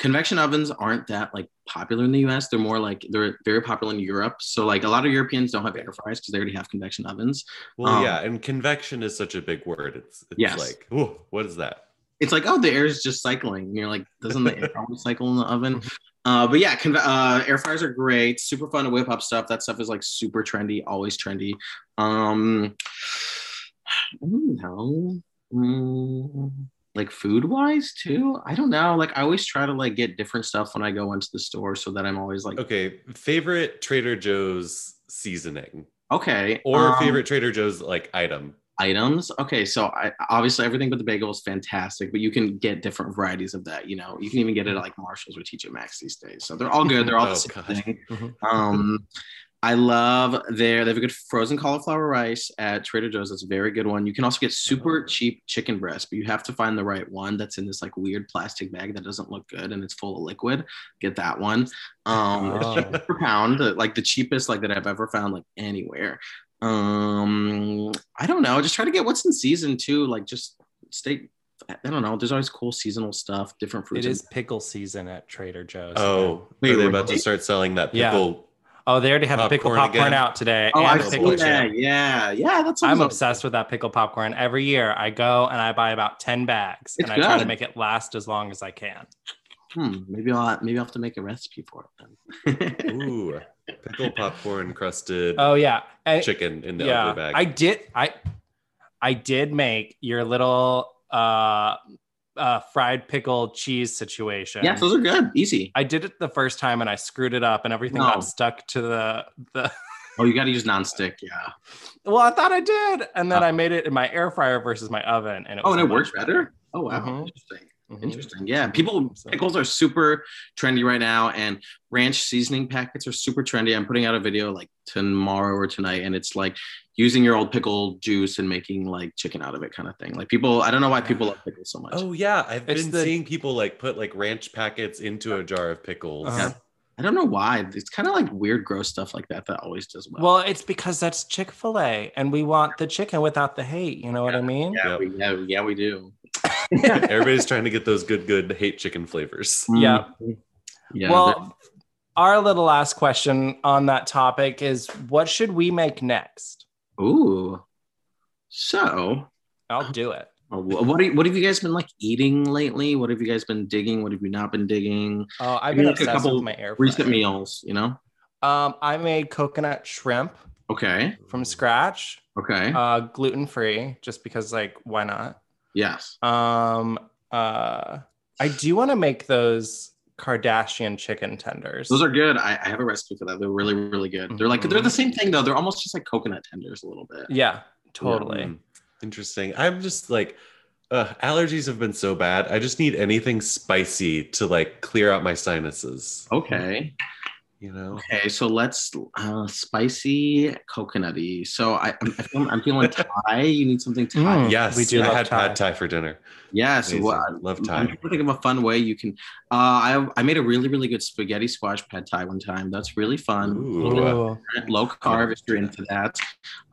Speaker 4: convection ovens aren't that like popular in the U.S. They're more like they're very popular in Europe. So like a lot of Europeans don't have air fryers because they already have convection ovens.
Speaker 3: Well,
Speaker 4: Um,
Speaker 3: yeah. And convection is such a big word. It's, it's
Speaker 4: Yes.
Speaker 3: like, ooh, what is that?
Speaker 4: It's like oh the air is just cycling. And you're like doesn't the air always cycle in the oven?
Speaker 3: Mm-hmm.
Speaker 4: Uh, but yeah, conve- uh, air fryers are great. Super fun to whip up stuff. That stuff is like super trendy. Always trendy. Um, I don't know. Mm, like food wise too. I don't know. Like I always try to like get different stuff when I go into the store so that I'm always like
Speaker 3: Okay. Favorite Trader Joe's seasoning
Speaker 4: Okay.
Speaker 3: or
Speaker 4: um,
Speaker 3: favorite Trader Joe's like item?
Speaker 4: items. Okay, so I obviously everything but the bagel is fantastic, but you can get different varieties of that. You know, you can even get it at like Marshalls or TJ Maxx these days. So they're all good. They're all
Speaker 3: Oh,
Speaker 4: the same
Speaker 3: God.
Speaker 4: thing.
Speaker 1: Mhm.
Speaker 4: Um, I love their they have a good frozen cauliflower rice at Trader Joe's. That's a very good one. You can also get super cheap chicken breast, but you have to find the right one that's in this like weird plastic bag that doesn't look good and it's full of liquid. Get that one. Um, it's
Speaker 1: Oh.
Speaker 4: cheap per pound, uh, like the cheapest like that I've ever found like anywhere. Um, I don't know. Just try to get what's in season too. Like just stay. I don't know. There's always cool seasonal stuff, different fruits.
Speaker 1: It
Speaker 4: and-
Speaker 1: is pickle season at Trader Joe's.
Speaker 3: Oh,
Speaker 4: Wait,
Speaker 3: are they
Speaker 4: wait,
Speaker 3: about to
Speaker 4: wait.
Speaker 3: start selling that
Speaker 1: Yeah.
Speaker 3: pickle?
Speaker 1: Oh, they already have the pickle
Speaker 3: Popcorn
Speaker 1: popcorn
Speaker 3: again.
Speaker 1: out today.
Speaker 4: Oh,
Speaker 1: and
Speaker 4: I've
Speaker 1: the
Speaker 3: seen
Speaker 1: pickle
Speaker 4: seen
Speaker 1: chip.
Speaker 4: that. Yeah, yeah. That's
Speaker 1: I'm
Speaker 4: always-
Speaker 1: obsessed with that pickle popcorn. Every year I go and I buy about 10 bags
Speaker 4: It's
Speaker 1: and I try to
Speaker 4: good.
Speaker 1: make it last as long as I can.
Speaker 4: Hmm, maybe I'll maybe I'll have to make a recipe for it then.
Speaker 3: Ooh, pickle popcorn crusted
Speaker 1: Oh yeah. And-
Speaker 3: chicken in the
Speaker 1: yeah.
Speaker 3: other bag.
Speaker 1: I did I I did make your little uh uh fried pickle cheese situation.
Speaker 4: yeah, those are good. Easy.
Speaker 1: I did it the first time and I screwed it up and everything
Speaker 4: No.
Speaker 1: got stuck to the the
Speaker 4: Oh, you got to use nonstick. Yeah.
Speaker 1: Well, I thought I did. And then I made it in my air fryer versus my oven and it
Speaker 4: Oh,
Speaker 1: was
Speaker 4: and it
Speaker 1: much
Speaker 4: works better. Oh wow,
Speaker 1: Mhm.
Speaker 4: interesting.
Speaker 1: Mhm.
Speaker 4: Interesting. Yeah, people
Speaker 1: So-
Speaker 4: pickles are super trendy right now, and ranch seasoning packets are super trendy. I'm putting out a video like tomorrow or tonight, and it's like using your old pickle juice and making like chicken out of it, kind of thing. Like people, I don't know why people love pickles so much.
Speaker 3: oh yeah, I've
Speaker 1: It's
Speaker 3: been
Speaker 1: the-
Speaker 3: seeing people like put like ranch packets into a jar of pickles.
Speaker 1: Uh-huh.
Speaker 4: I don't know why. It's kind of like weird, gross stuff like that that always does well.
Speaker 1: Well, it's because that's Chick fil A and we want the chicken without the hate. You know what I mean?
Speaker 4: yeah,
Speaker 3: Yep.
Speaker 4: we, yeah, yeah, we do.
Speaker 3: Everybody's trying to get those good, good hate chicken flavors.
Speaker 1: Yeah.
Speaker 4: Mm. Yeah.
Speaker 1: well, our little last question on that topic is what should we make next?
Speaker 4: they're- ooh. So,
Speaker 1: I'll do it.
Speaker 4: uh, wh- what do you, what have you guys been like eating lately? What have you guys been digging? What have you not been digging?
Speaker 1: Oh, I've
Speaker 4: Maybe
Speaker 1: been
Speaker 4: like a
Speaker 1: obsessed
Speaker 4: couple
Speaker 1: with my air fryer.
Speaker 4: Recent meals, you know.
Speaker 1: Um, I made coconut shrimp
Speaker 4: Okay.
Speaker 1: from scratch,
Speaker 4: Okay.
Speaker 1: uh, gluten free, just because like why not?
Speaker 4: yes.
Speaker 1: Um, uh, I do want to make those Kardashian chicken tenders.
Speaker 4: Those are good. I, I have a recipe for that. They're really, really good. They're like they're the same thing though. They're almost just like coconut tenders a little bit.
Speaker 1: Mm-hmm. yeah, totally.
Speaker 3: Mm, interesting. I'm just like, uh, allergies have been so bad. I just need anything spicy to like clear out my sinuses.
Speaker 4: Okay.
Speaker 3: You know,
Speaker 4: Okay, so let's uh, spicy coconutty. So I, I'm, I feel, I'm feeling Thai. You need something Thai.
Speaker 1: Mm.
Speaker 3: yes,
Speaker 1: we do
Speaker 3: I
Speaker 1: love
Speaker 3: had
Speaker 1: Thai.
Speaker 3: pad Thai for dinner.
Speaker 4: Yeah. So
Speaker 3: Amazing.
Speaker 4: what?
Speaker 3: love
Speaker 4: I'm
Speaker 3: Thai.
Speaker 4: trying to think of a fun way you can. Uh, I I made a really really good spaghetti squash pad thai one time. That's really fun.
Speaker 3: Ooh.
Speaker 1: Ooh.
Speaker 4: Low carb if you're into that.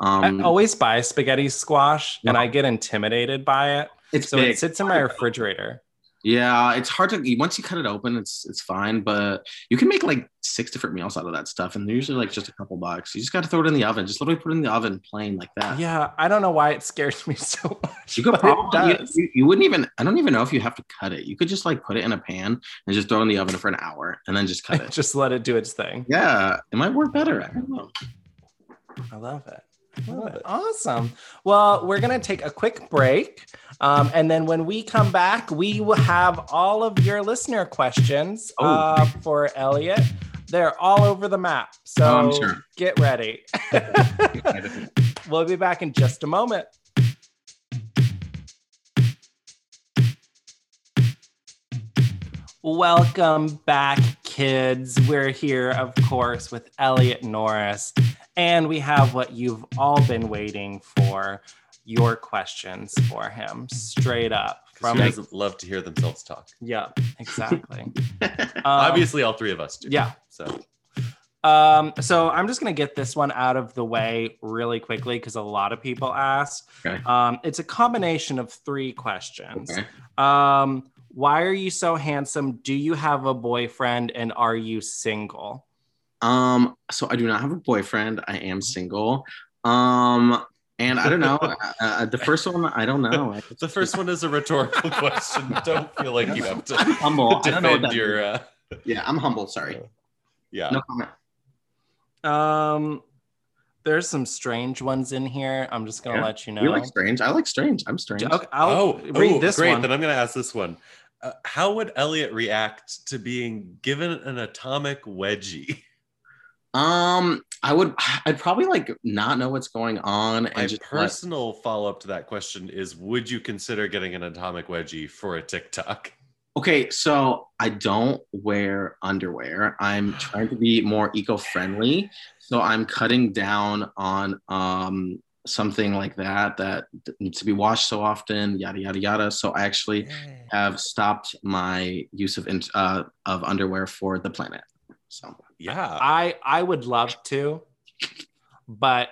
Speaker 4: Um, Uh-huh.
Speaker 1: I oh, always buy spaghetti squash and I get intimidated by it.
Speaker 4: it's
Speaker 1: So
Speaker 4: big.
Speaker 1: it sits in my refrigerator.
Speaker 4: yeah, it's hard to once you cut it open, it's it's fine. But you can make like six different meals out of that stuff, and they're usually like just a couple bucks. You just got to throw it in the oven. Just literally put it in the oven, plain like that.
Speaker 1: Yeah, I don't know why it scares me so much.
Speaker 4: You could
Speaker 1: but it
Speaker 4: probably you,
Speaker 1: does.
Speaker 4: you- you wouldn't even I don't even know if you have to cut it. You could just like put it in a pan and just throw it in the oven for an hour and then just cut it.
Speaker 1: just let it do its thing.
Speaker 4: yeah, it might work better. I don't know.
Speaker 1: I love it. I love it. Awesome. Well, we're going to take a quick break. Um, and then when we come back, we will have all of your listener questions
Speaker 4: Oh.
Speaker 1: uh, for Elliot. They're all over the map. So
Speaker 4: Oh, I'm sure.
Speaker 1: get ready. we'll be back in just a moment. Welcome back, kids. We're here, of course, with Elliot Norris, and we have what you've all been waiting for your questions for him, straight up.
Speaker 3: 'Cause
Speaker 1: From,
Speaker 3: Who doesn't love to hear themselves talk?
Speaker 1: yeah, exactly. Um,
Speaker 3: Obviously, all three of us do.
Speaker 1: yeah.
Speaker 3: So
Speaker 1: Um, so I'm just gonna get this one out of the way really quickly because a lot of people ask.
Speaker 4: Okay.
Speaker 1: Um, it's a combination of three questions.
Speaker 4: Okay.
Speaker 1: Um, why are you so handsome? Do you have a boyfriend and are you single?
Speaker 4: Um, so I do not have a boyfriend. I am single. Um, and I don't know. uh, uh, the first one, I don't know. I-
Speaker 3: the first one is a rhetorical question. Don't feel like you have
Speaker 4: I'm
Speaker 3: to
Speaker 4: humble. I don't know what
Speaker 3: defend
Speaker 4: that
Speaker 3: your. Uh,
Speaker 4: means. Yeah, I'm humble. Sorry.
Speaker 3: yeah.
Speaker 4: No comment.
Speaker 1: Um, there's some strange ones in here. I'm just gonna
Speaker 4: Yeah.
Speaker 1: let you know.
Speaker 4: You like strange? I like strange. I'm strange.
Speaker 1: Okay, I'll
Speaker 3: oh,
Speaker 1: read
Speaker 3: oh,
Speaker 1: this
Speaker 3: great.
Speaker 1: one.
Speaker 3: Then I'm going to ask this one. Uh, how would Elliot react to being given an atomic wedgie?
Speaker 4: Um, I would. I'd probably like not know what's going on and
Speaker 3: My
Speaker 4: just like,
Speaker 3: personal follow up to that question is Would you consider getting an atomic wedgie for a TikTok?
Speaker 4: Okay, so I don't wear underwear. I'm trying to be more eco-friendly, so I'm cutting down on um something like that that needs to be washed so often, yada yada yada. So I actually have stopped my use of in- uh, of underwear for the planet. So
Speaker 3: Yeah.
Speaker 1: I I would love to, but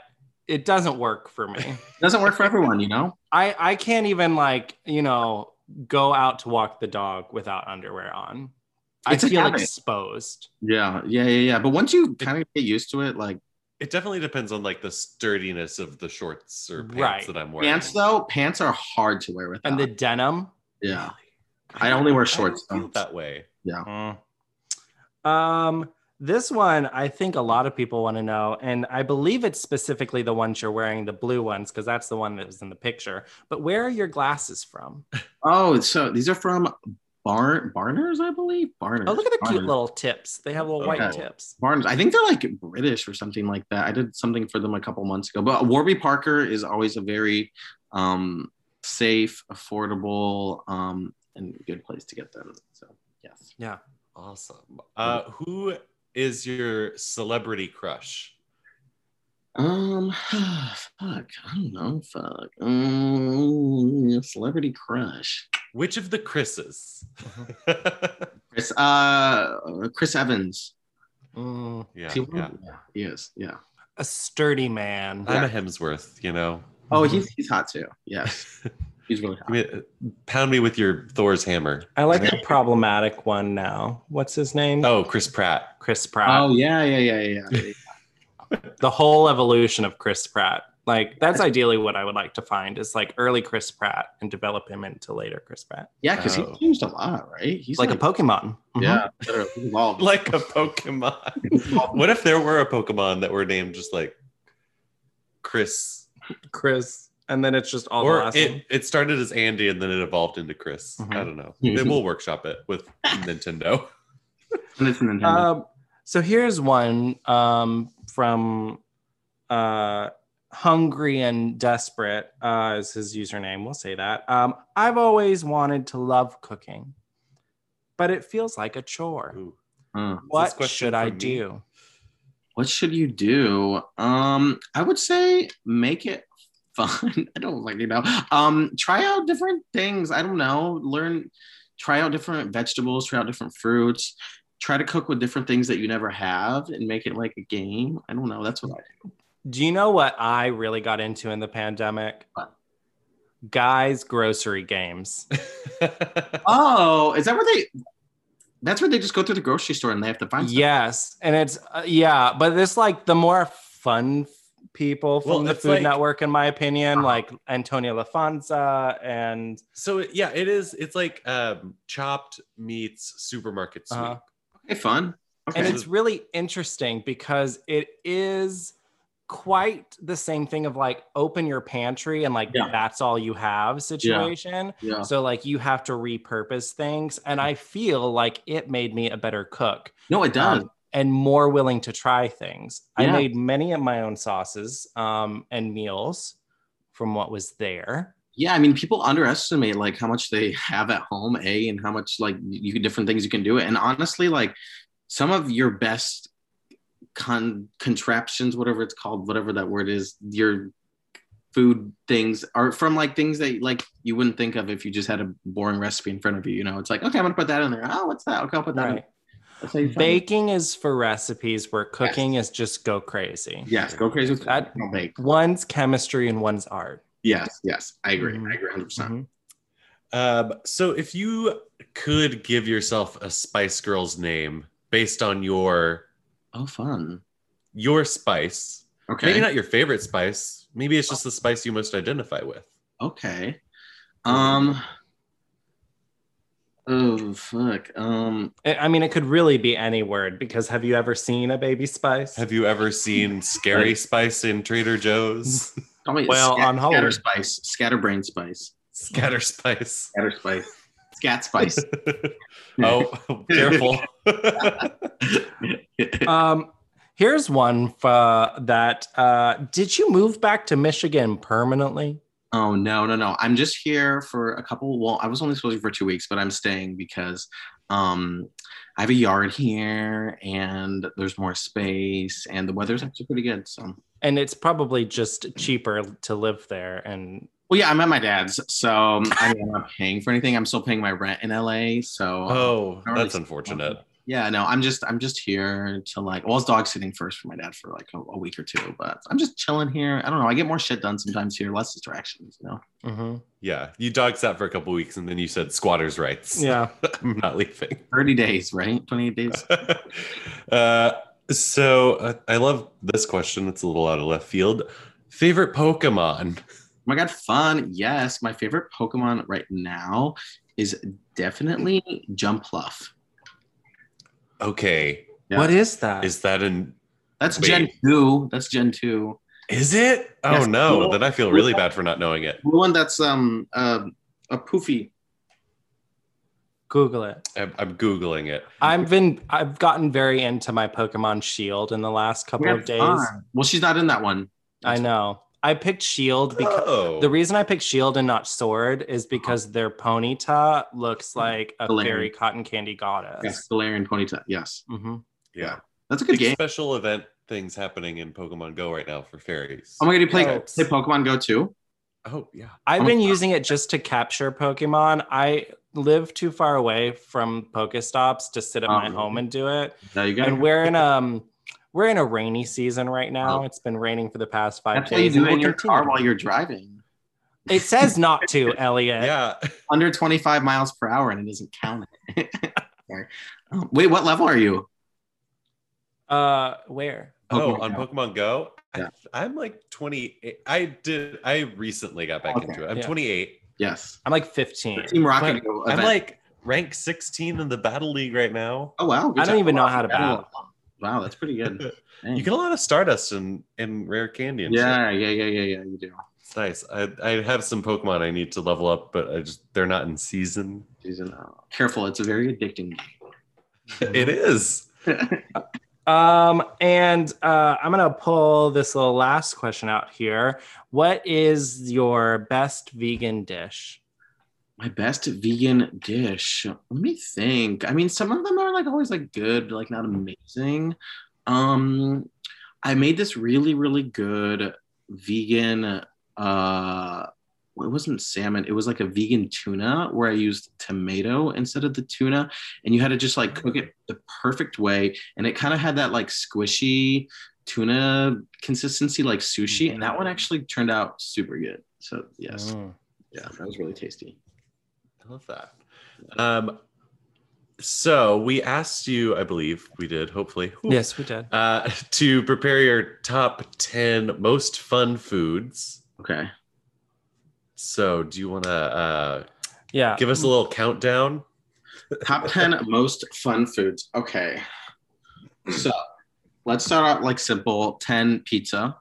Speaker 1: it doesn't work for me.
Speaker 4: it doesn't work for everyone, you know.
Speaker 1: I I can't even like you know go out to walk the dog without underwear on. I
Speaker 4: It's a
Speaker 1: feel
Speaker 4: habit.
Speaker 1: exposed.
Speaker 4: Yeah, yeah, yeah, yeah. But once you kind of get used to it, like
Speaker 3: It definitely depends on like the sturdiness of the shorts or pants
Speaker 1: Right.
Speaker 3: that I'm wearing.
Speaker 4: pants though, pants are hard to wear with.
Speaker 1: And the denim.
Speaker 4: yeah, I only wear
Speaker 3: don't
Speaker 4: shorts, though.
Speaker 3: feel that way.
Speaker 1: Um, this one I think a lot of people want to know, and I believe it's specifically the ones you're wearing, the blue ones, because that's the one that was in the picture. But where are your glasses from?
Speaker 4: Oh, so these are from Barn Barners, I believe. Barners.
Speaker 1: Oh, look at the cute
Speaker 4: Barners.
Speaker 1: little tips. They have little white
Speaker 4: Okay.
Speaker 1: tips.
Speaker 4: Barners. I think they're like British or something like that. I did something for them a couple months ago. But Warby Parker is always a very um, safe, affordable, um, and good place to get them. So yes.
Speaker 3: Awesome. Uh, who is your celebrity crush?
Speaker 4: Um, fuck. I don't know. Fuck. Um, celebrity crush.
Speaker 3: Which of the Chris's?
Speaker 4: Chris. Uh, Chris Evans.
Speaker 1: Mm,
Speaker 3: yeah,
Speaker 4: See,
Speaker 3: yeah.
Speaker 4: Yes. Yeah.
Speaker 1: a sturdy man.
Speaker 3: I'm a Hemsworth, you know.
Speaker 4: Oh,
Speaker 1: Mm-hmm.
Speaker 4: he's he's hot too. Yes. He's really hot.
Speaker 3: I mean, pound me with your Thor's hammer.
Speaker 1: I like the problematic one now. What's his name?
Speaker 3: Oh, Chris Pratt.
Speaker 1: Chris Pratt.
Speaker 4: Oh yeah, yeah, yeah, yeah, yeah.
Speaker 1: the whole evolution of Chris Pratt. Like that's ideally what I would like to find is like early Chris Pratt and develop him into later Chris Pratt.
Speaker 4: Yeah, because
Speaker 3: Oh.
Speaker 4: he's changed a lot, right?
Speaker 1: It's
Speaker 4: He's
Speaker 1: like a Pokemon. Mhm.
Speaker 4: yeah, literally, he's evolved.
Speaker 3: Like a Pokemon. what if there were a Pokemon that were named just like Chris.
Speaker 1: Chris, and then it's just all the
Speaker 3: or
Speaker 1: last name.
Speaker 3: it, it started as Andy and then it evolved into Chris.
Speaker 1: Mhm.
Speaker 3: I don't know. They will workshop it with Nintendo.
Speaker 4: And it's Nintendo.
Speaker 1: Um, so here's one um, from uh, Hungry and Desperate uh, is his username. We'll say that. Um, I've always wanted to love cooking, but it feels like a chore.
Speaker 3: Ooh.
Speaker 4: Mm.
Speaker 3: this
Speaker 1: What
Speaker 3: question
Speaker 1: should I
Speaker 3: from me?
Speaker 1: do?
Speaker 4: What should you do? Um, I would say make it fun. I don't like you know. Um, try out different things. I don't know. Learn, try out different vegetables. Try out different fruits. Try to cook with different things that you never have and make it like a game. I don't know. That's what I
Speaker 1: Do you know what I really got into in the pandemic?
Speaker 4: What?
Speaker 1: Guys, grocery games.
Speaker 4: Oh, is that where they? That's where they just go through the grocery store and they have to find. stuff.
Speaker 1: yes, and it's uh, yeah, but it's like the more fun f- people from
Speaker 3: Well,
Speaker 1: the
Speaker 3: it's
Speaker 1: Food
Speaker 3: like-
Speaker 1: Network, in my
Speaker 4: Uh-huh.
Speaker 1: opinion, like Antonio Lafanza and
Speaker 3: so it- yeah, it is. It's like um, chopped meats supermarket sweep.
Speaker 1: Uh-huh.
Speaker 4: Okay, fun. Okay.
Speaker 1: and it's really interesting because it is quite the same thing of like open your pantry and like
Speaker 4: Yeah.
Speaker 1: that's all you have situation.
Speaker 4: yeah.
Speaker 1: So like you have to repurpose things, and I feel like it made me a better cook.
Speaker 4: No, it does.
Speaker 1: Um, and more willing to try things. I
Speaker 4: Yeah.
Speaker 1: made many of my own sauces um, and meals from what was there.
Speaker 4: yeah, I mean, people underestimate like how much they have at home, a, and how much like you can different things you can do. And honestly, like some of your best con contraptions, whatever it's called, whatever that word is, your food things are from like things that like you wouldn't think of if you just had a boring recipe in front of you. You know, it's like okay, I'm gonna put that in there. Oh, what's that? Okay, I'll put that.
Speaker 1: Right.
Speaker 4: In. That's how you-
Speaker 1: Baking is for recipes, where cooking is just go crazy.
Speaker 4: Yes, go crazy with
Speaker 1: That-
Speaker 4: that. Don't bake.
Speaker 1: One's chemistry and one's art.
Speaker 4: Yes, yes, I agree.
Speaker 1: Mhm.
Speaker 4: I agree 100. percent
Speaker 1: Mhm.
Speaker 3: Um, so if you could give yourself a Spice Girls name based on your
Speaker 4: Oh, fun.
Speaker 3: your spice,
Speaker 4: Okay.
Speaker 3: maybe not your favorite spice, maybe it's just the spice you most identify with.
Speaker 4: Okay. Um. Oh fuck. Um.
Speaker 1: I I mean, it could really be any word because have you ever seen a baby spice?
Speaker 3: Have you ever seen Scary Spice in Trader Joe's?
Speaker 4: Call me
Speaker 1: Well, on
Speaker 4: Scatter
Speaker 1: Halloween.
Speaker 4: spice. Scatterbrain spice.
Speaker 3: Scatter Spice.
Speaker 4: Scatter spice. Scat spice.
Speaker 3: oh, careful.
Speaker 1: um, here's one uh, that uh, did you move back to Michigan permanently?
Speaker 4: oh no, no, no. I'm just here for a couple. Well, I was only supposed to be for two weeks, but I'm staying because um I have a yard here and there's more space and the weather's actually pretty good. So
Speaker 1: And it's probably just cheaper to live there. And
Speaker 4: well, yeah, I'm at my dad's, so I mean, I'm not paying for anything. I'm still paying my rent in LA. So um,
Speaker 3: oh,
Speaker 4: Not really
Speaker 3: that's unfortunate.
Speaker 4: yeah no i'm just i'm just here to like well, i was dog sitting first for my dad for like a, a week or two but i'm just chilling here i don't know i get more shit done sometimes here less distractions you know
Speaker 1: Mhm.
Speaker 3: Yeah, you dog sat for a couple weeks and then you said squatters' rights.
Speaker 1: yeah,
Speaker 3: I'm not leaving.
Speaker 4: 30 days right 28 days
Speaker 3: uh, so uh, I love this question. It's a little out of left field. Favorite Pokemon?
Speaker 4: Oh my god fun yes my favorite pokemon right now is definitely jumpluff
Speaker 3: Okay,
Speaker 4: Yeah.
Speaker 1: What is that?
Speaker 3: is that an?
Speaker 4: that's
Speaker 3: Wait.
Speaker 4: gen 2 that's gen 2
Speaker 3: Is it? Oh
Speaker 4: Yes.
Speaker 3: no! Then I feel really bad for not knowing it.
Speaker 4: the one that's um uh, a poofy
Speaker 1: Google it.
Speaker 3: I'm, I'm googling it.
Speaker 1: I've been I've gotten very into my Pokemon Shield in the last couple of days.
Speaker 4: Fun. well she's not in that one
Speaker 1: I know. I picked Shield because
Speaker 3: oh,
Speaker 1: the reason I picked Shield and not Sword is because their Ponyta looks like a
Speaker 4: Hilarious.
Speaker 1: fairy cotton candy goddess.
Speaker 4: yes galarian ponytail yes
Speaker 1: Mhm.
Speaker 3: yeah.
Speaker 4: that's a good
Speaker 3: Big
Speaker 4: game
Speaker 3: special event things happening in Pokemon Go right now for fairies.
Speaker 4: oh my god you play,
Speaker 1: Yes.
Speaker 4: play pokemon go too
Speaker 3: Oh yeah.
Speaker 1: I've
Speaker 4: I'm-
Speaker 1: been using it just to capture Pokemon. I live too far away from Pokestops to sit at my
Speaker 4: Oh.
Speaker 1: home and do it.
Speaker 4: no you got
Speaker 1: And we're in um we're in a rainy season right now. It's been raining for the past five
Speaker 4: That's why you
Speaker 1: days.
Speaker 4: do it
Speaker 1: and
Speaker 4: in
Speaker 1: will
Speaker 4: your car
Speaker 1: continue.
Speaker 4: while you're driving.
Speaker 1: it says not to, Elliot.
Speaker 3: Yeah.
Speaker 4: Under 25 miles per hour, and it doesn't count it. Sorry. Um, wait, what level are you?
Speaker 1: Uh where?
Speaker 3: Oh,
Speaker 4: Pokemon
Speaker 3: on
Speaker 4: Go.
Speaker 3: Pokemon Go,
Speaker 4: Yeah.
Speaker 3: I, I'm like 28. I did. I recently got back
Speaker 4: Okay.
Speaker 3: into it. I'm
Speaker 1: Yeah.
Speaker 3: 28.
Speaker 4: Yes.
Speaker 1: I'm like 15.
Speaker 4: Team Rocket.
Speaker 3: But
Speaker 4: Go
Speaker 3: I'm
Speaker 4: event.
Speaker 3: like rank 16 in the Battle League right now.
Speaker 4: oh wow. good
Speaker 1: I don't
Speaker 4: job.
Speaker 1: even know
Speaker 4: Wow,
Speaker 1: how to
Speaker 4: battle. Wow, that's pretty good. Dang.
Speaker 3: You get a lot of stardust and, and rare candy. And stuff.
Speaker 4: yeah, yeah, yeah, yeah, yeah. You do.
Speaker 3: it's nice. I, I have some Pokemon I need to level up, but I just they're not in season.
Speaker 4: Season. oh, Careful, it's a very addicting.
Speaker 3: it is.
Speaker 1: Um, and uh, I'm gonna pull this little last question out here. What is your best vegan dish?
Speaker 4: My best vegan dish. Let me think. I mean, some of them are like always like good, but like not amazing. Um, I made this really, really good vegan. Uh, well, it wasn't salmon. It was like a vegan tuna where I used tomato instead of the tuna, and you had to just like cook it the perfect way, and it kind of had that like squishy tuna consistency, like sushi, and that one actually turned out super good. So yes,
Speaker 1: Mm.
Speaker 4: yeah, that was really tasty.
Speaker 3: I love that. Um, so we asked you, I believe we did, hopefully.
Speaker 1: Yes, we did.
Speaker 3: Uh, to prepare your top 10 most fun foods.
Speaker 4: Okay.
Speaker 3: So do you want to uh,
Speaker 1: Yeah.
Speaker 3: give us a little countdown?
Speaker 4: Top 10 most fun foods. Okay.
Speaker 1: Hmm.
Speaker 4: So let's start out like simple 10 pizza,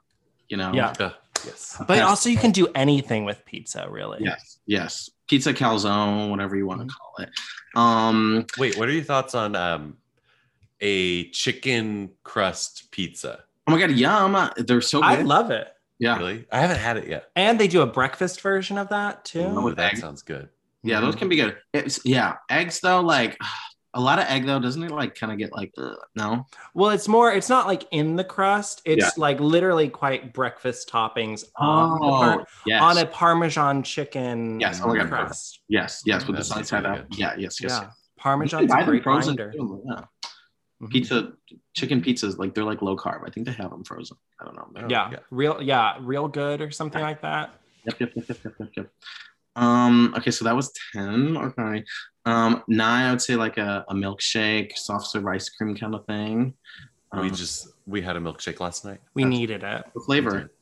Speaker 4: you know?
Speaker 1: Yeah.
Speaker 3: Uh, yes.
Speaker 1: But also, you can do anything with pizza, really.
Speaker 4: Yes. Yes. Pizza calzone, whatever you
Speaker 1: Hmm.
Speaker 4: want to call it. Um,
Speaker 3: Wait, what are your thoughts on um, a chicken crust pizza?
Speaker 4: oh my God, yum. They're so
Speaker 1: I
Speaker 4: good.
Speaker 1: love it.
Speaker 4: yeah.
Speaker 3: Really? I haven't had it yet.
Speaker 1: And they do a breakfast version of that too.
Speaker 4: Oh,
Speaker 3: Ooh,
Speaker 4: with
Speaker 3: that
Speaker 4: egg.
Speaker 3: sounds good.
Speaker 4: Yeah. Those can be good. It's, yeah. Eggs, though, like a lot of egg, though, doesn't it like kind of get like, ugh, no?
Speaker 1: Well, it's more, it's not like in the crust. It's
Speaker 4: Yeah.
Speaker 1: like literally quite breakfast toppings on, Oh, the par-
Speaker 4: Oh, yes.
Speaker 1: on a Parmesan chicken
Speaker 4: Yes, oh my God.
Speaker 1: crust.
Speaker 4: yes. Yes. With the
Speaker 3: That's
Speaker 4: side side
Speaker 3: really
Speaker 4: up.
Speaker 3: good.
Speaker 4: Yeah. Yes. Yes.
Speaker 1: Yeah.
Speaker 4: yes. You can
Speaker 1: Parmesan's
Speaker 4: buy
Speaker 1: a
Speaker 4: them
Speaker 1: great
Speaker 4: frozen
Speaker 1: binder.
Speaker 4: too, yeah.
Speaker 1: Mhm.
Speaker 4: pizza chicken pizzas like they're like low carb i think they have them frozen i don't know
Speaker 3: Oh,
Speaker 1: Yeah.
Speaker 3: yeah.
Speaker 1: Real, yeah. Real good or something like that.
Speaker 4: yep yep yep yep yep, yep, yep. um okay so that was 10 okay um nine i would say like a, a milkshake soft serve ice cream kind of thing um,
Speaker 3: We just we had a milkshake last night.
Speaker 1: We
Speaker 4: That's-
Speaker 1: needed it.
Speaker 4: what flavor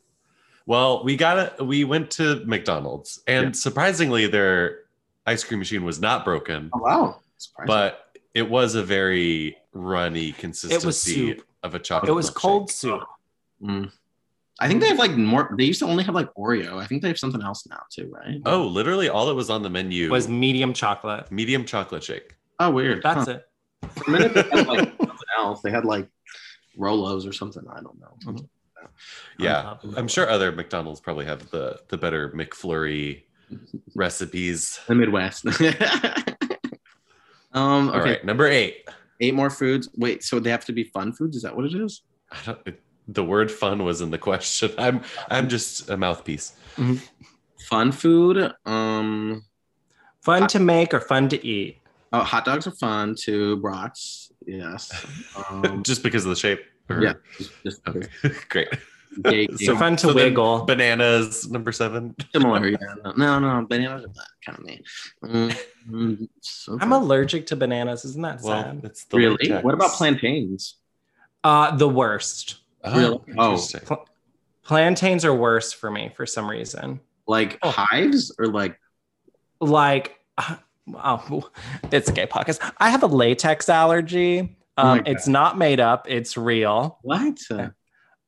Speaker 3: Well, we got a, we went to McDonald's and
Speaker 4: Yeah.
Speaker 3: surprisingly their ice cream machine was not broken,
Speaker 4: oh wow Surprising.
Speaker 3: but it was a very runny consistency
Speaker 1: soup.
Speaker 3: of a chocolate.
Speaker 1: It was
Speaker 3: milkshake.
Speaker 1: cold soup.
Speaker 4: Mm. i think they have like more they used to only have like oreo i think they have something else now too right
Speaker 3: Oh, literally all that was on the menu
Speaker 1: Was medium chocolate.
Speaker 3: medium chocolate shake.
Speaker 4: oh weird
Speaker 1: That's
Speaker 4: huh.
Speaker 1: it.
Speaker 4: for a minute they had like something else they had like rolos or something i don't know
Speaker 3: Mm-hmm.
Speaker 1: Mhm.
Speaker 3: Yeah.
Speaker 1: top of that
Speaker 3: I'm
Speaker 1: one.
Speaker 3: sure other McDonald's probably have the the better McFlurry recipes.
Speaker 4: the Midwest. um,
Speaker 3: All right,
Speaker 4: okay,
Speaker 3: number 8.
Speaker 4: eight more foods. Wait, so they have to be fun foods? Is that what it is?
Speaker 3: I don't, the word fun was in the question. I'm I'm just a mouthpiece.
Speaker 4: Fun food. Um,
Speaker 1: Fun to make or fun to eat.
Speaker 4: oh, hot dogs are fun too. Brats, yes. Um,
Speaker 3: just because of the shape. or-
Speaker 4: yeah, just, just
Speaker 3: Okay.
Speaker 4: gay-
Speaker 3: Great.
Speaker 1: So
Speaker 4: gay-
Speaker 1: fun to
Speaker 3: So then-
Speaker 1: wiggle.
Speaker 3: Bananas number 7.
Speaker 4: similar. Yeah, no, no, bananas are not kind of mean. Mm, mm,
Speaker 1: I'm allergic to bananas. Isn't that
Speaker 3: Well,
Speaker 1: sad?
Speaker 3: it's the
Speaker 4: really.
Speaker 3: latex.
Speaker 4: What about plantains?
Speaker 1: Uh, the worst.
Speaker 3: Oh,
Speaker 4: Really? Oh.
Speaker 3: interesting.
Speaker 1: Pl- plantains are worse for me for some reason.
Speaker 4: Like
Speaker 1: Oh.
Speaker 4: hives or like?
Speaker 1: Like, uh, oh, it's a gay podcast. I have a latex allergy.
Speaker 4: Oh my
Speaker 1: Um, it's not made up. It's real.
Speaker 4: What?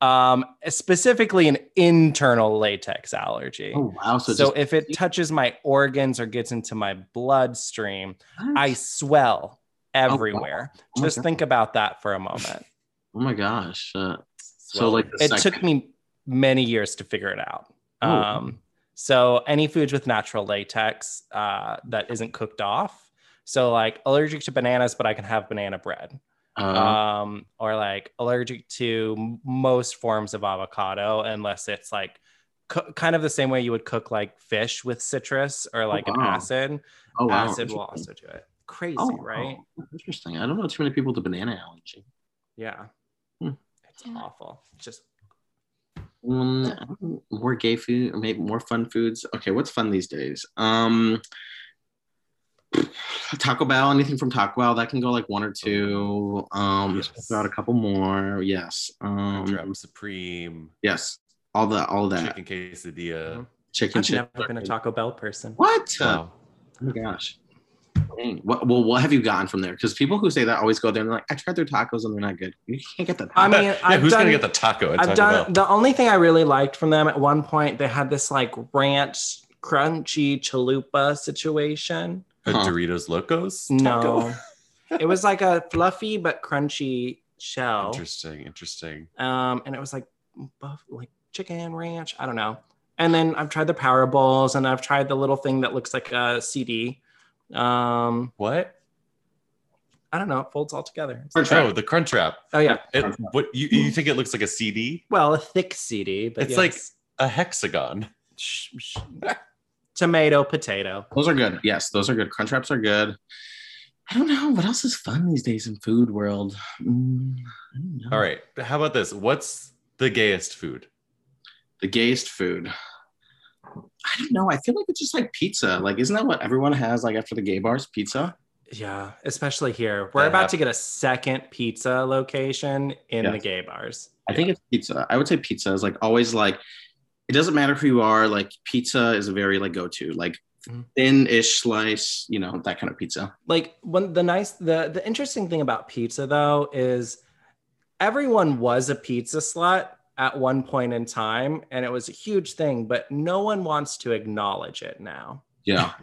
Speaker 1: Um, specifically, an internal latex allergy.
Speaker 4: Oh wow! So,
Speaker 1: so
Speaker 4: just,
Speaker 1: if it touches my organs or gets into my bloodstream, I swell everywhere.
Speaker 4: Oh my
Speaker 1: Just
Speaker 4: God.
Speaker 1: think about that for a moment.
Speaker 4: oh my gosh! Uh, so
Speaker 3: Well,
Speaker 4: like the
Speaker 1: it
Speaker 4: second-
Speaker 1: took me many years to figure it out.
Speaker 4: Oh.
Speaker 1: Um, so any foods with natural latex uh, that isn't cooked off. So like allergic to bananas, but I can have banana bread.
Speaker 4: Uh,
Speaker 1: Um, or like allergic to m- most forms of avocado, unless it's like co- kind of the same way you would cook like fish with citrus or like an
Speaker 4: wow.
Speaker 1: acid.
Speaker 4: oh wow!
Speaker 1: acid will
Speaker 4: Interesting.
Speaker 1: also do it. Crazy,
Speaker 4: Oh, wow.
Speaker 1: right?
Speaker 4: Interesting. I don't know too many people with a banana allergy.
Speaker 1: Yeah.
Speaker 4: Hmm.
Speaker 1: It's awful. Just
Speaker 4: Um, more gay food, or maybe more fun foods. Okay, what's fun these days? Um, Taco Bell. Anything from Taco Bell that can go like one or two. Um,
Speaker 3: Oh, Yes.
Speaker 4: check out a couple more. Yes. Um,
Speaker 3: Crunchwrap Supreme,
Speaker 4: yes. All that. All that.
Speaker 3: chicken quesadilla.
Speaker 4: Chicken.
Speaker 1: I've
Speaker 4: chip.
Speaker 1: never been a Taco Bell person.
Speaker 4: What?
Speaker 3: Wow.
Speaker 4: Oh my gosh. Dang. What, well, what have you gotten from there? Because people who say that always go there and they're like, I tried their tacos and they're not good. You can't get that.
Speaker 1: I mean,
Speaker 3: yeah,
Speaker 1: I've
Speaker 3: who's
Speaker 1: done-
Speaker 3: gonna get the taco? At
Speaker 1: I've
Speaker 3: Taco
Speaker 1: done
Speaker 3: Bell?
Speaker 1: the only thing I really liked from them at one point, they had this like ranch crunchy chalupa situation.
Speaker 3: A
Speaker 4: Huh.
Speaker 3: Doritos Locos. taco?
Speaker 1: No, it was like a fluffy but crunchy shell.
Speaker 3: Interesting. Interesting.
Speaker 1: Um, and it was like buff, like chicken ranch. I don't know. And then I've tried the power bowls and I've tried the little thing that looks like a CD. Um,
Speaker 3: What?
Speaker 1: I don't know. It folds all together.
Speaker 4: Crunch
Speaker 3: Oh,
Speaker 4: wrap.
Speaker 3: the Crunch Wrap.
Speaker 1: Oh yeah.
Speaker 3: It, what you you think it looks like a CD?
Speaker 1: Well, a thick CD, but yes.
Speaker 3: It's like- A hexagon.
Speaker 4: Hmm.
Speaker 1: Sh- sh- tomato, potato.
Speaker 4: Those are good. Yes, those are good. Crunch wraps are good. I don't know what else is fun these days in food world. Mm, I don't know.
Speaker 3: All right. How about this? What's the gayest food?
Speaker 4: the gayest food. I don't know. I feel like it's just like pizza. Like, isn't that what everyone has like after the gay bars? Pizza.
Speaker 1: Yeah, especially here. We're
Speaker 3: That
Speaker 1: about
Speaker 3: hap-
Speaker 1: to get a second pizza location in
Speaker 4: Yes.
Speaker 1: the gay bars.
Speaker 4: I think it's pizza. I would say pizza is like always like it doesn't matter who you are. Like pizza is a very like go to like
Speaker 3: Mm-hmm.
Speaker 1: Mhm.
Speaker 4: thin ish slice. You know that kind of pizza.
Speaker 1: Like one the nice the the interesting thing about pizza though is everyone was a pizza slut at one point in time and it was a huge thing, but no one wants to acknowledge it now.
Speaker 4: Yeah.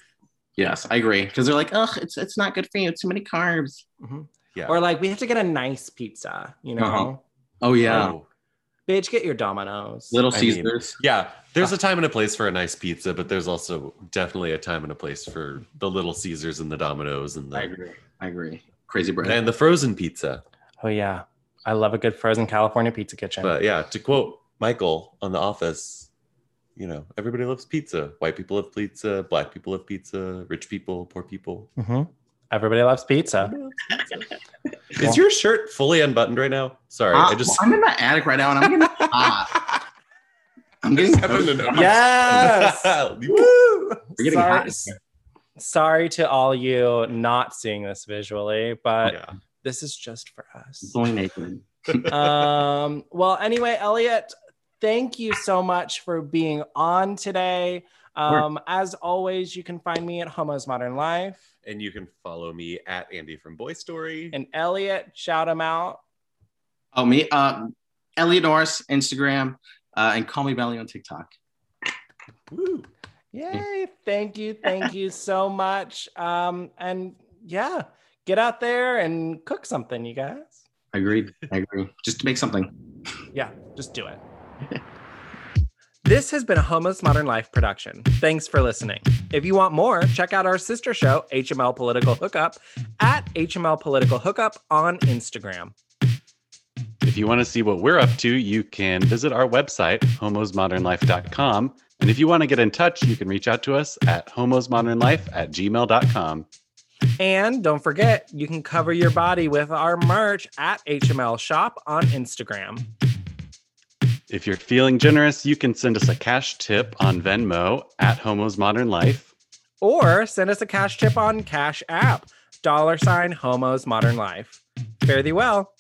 Speaker 4: yes, I agree. Because they're like, oh, it's it's not good for you. It's too many carbs.
Speaker 1: Mhm.
Speaker 3: Yeah.
Speaker 1: Or like we have to get a nice pizza, you know.
Speaker 4: Uh-huh. Oh yeah.
Speaker 3: Oh,
Speaker 1: Bitch, get your Domino's.
Speaker 4: Little
Speaker 3: I mean-
Speaker 4: Caesars.
Speaker 3: yeah. There's a time and a place for a nice pizza, but there's also definitely a time and a place for the Little Caesars and the Domino's and
Speaker 4: I
Speaker 3: the
Speaker 4: agree. I agree. Crazy bread.
Speaker 3: and the frozen pizza.
Speaker 1: oh yeah. I love a good frozen California pizza kitchen.
Speaker 3: But yeah, to quote Michael on The Office, you know, everybody loves pizza. White people love pizza. Black people love pizza. Rich people, poor people.
Speaker 1: Mhm. Everybody loves pizza.
Speaker 3: Is your shirt fully unbuttoned right now? Sorry,
Speaker 4: Uh,
Speaker 3: I just.
Speaker 4: I'm in my attic right now, and I'm getting hot. I'm getting
Speaker 3: happened to know.
Speaker 1: Yes.
Speaker 3: Woo!
Speaker 4: We're getting
Speaker 1: sorry,
Speaker 4: hot in here.
Speaker 1: sorry to all you not seeing this visually, but
Speaker 3: Yeah.
Speaker 1: this is just for us.
Speaker 4: going naked.
Speaker 1: um, well, anyway, Elliot, thank you so much for being on today. Um, as always, you can find me at Homo's Modern Life
Speaker 3: And you can follow me at Andy from Boy Story.
Speaker 1: and Elliot, shout him out.
Speaker 4: Oh, me, uh, Elliot Norris, Instagram, uh, and call me Belly on TikTok.
Speaker 3: Woo.
Speaker 1: Yay. Thank you. Thank you so much. Um, and yeah, get out there and cook something, you guys.
Speaker 4: Agreed. I agree. Just to make something.
Speaker 1: Yeah, just do it. this has been a Homo's Modern Life production. Thanks for listening. If you want more, check out our sister show, HML Political Hookup, at HML Political Hookup on Instagram.
Speaker 2: If you want to see what we're up to, you can visit our website, homosmodernlife.com. And if you want to get in touch, you can reach out to us at homosmodernlife at gmail.com.
Speaker 1: And don't forget, you can cover your body with our merch at HML Shop on Instagram.
Speaker 2: If you're feeling generous, you can send us a cash tip on Venmo at homosmodernlife.
Speaker 1: Or send us a cash tip on Cash App, dollar sign Homo's Modern Life. Fare thee well.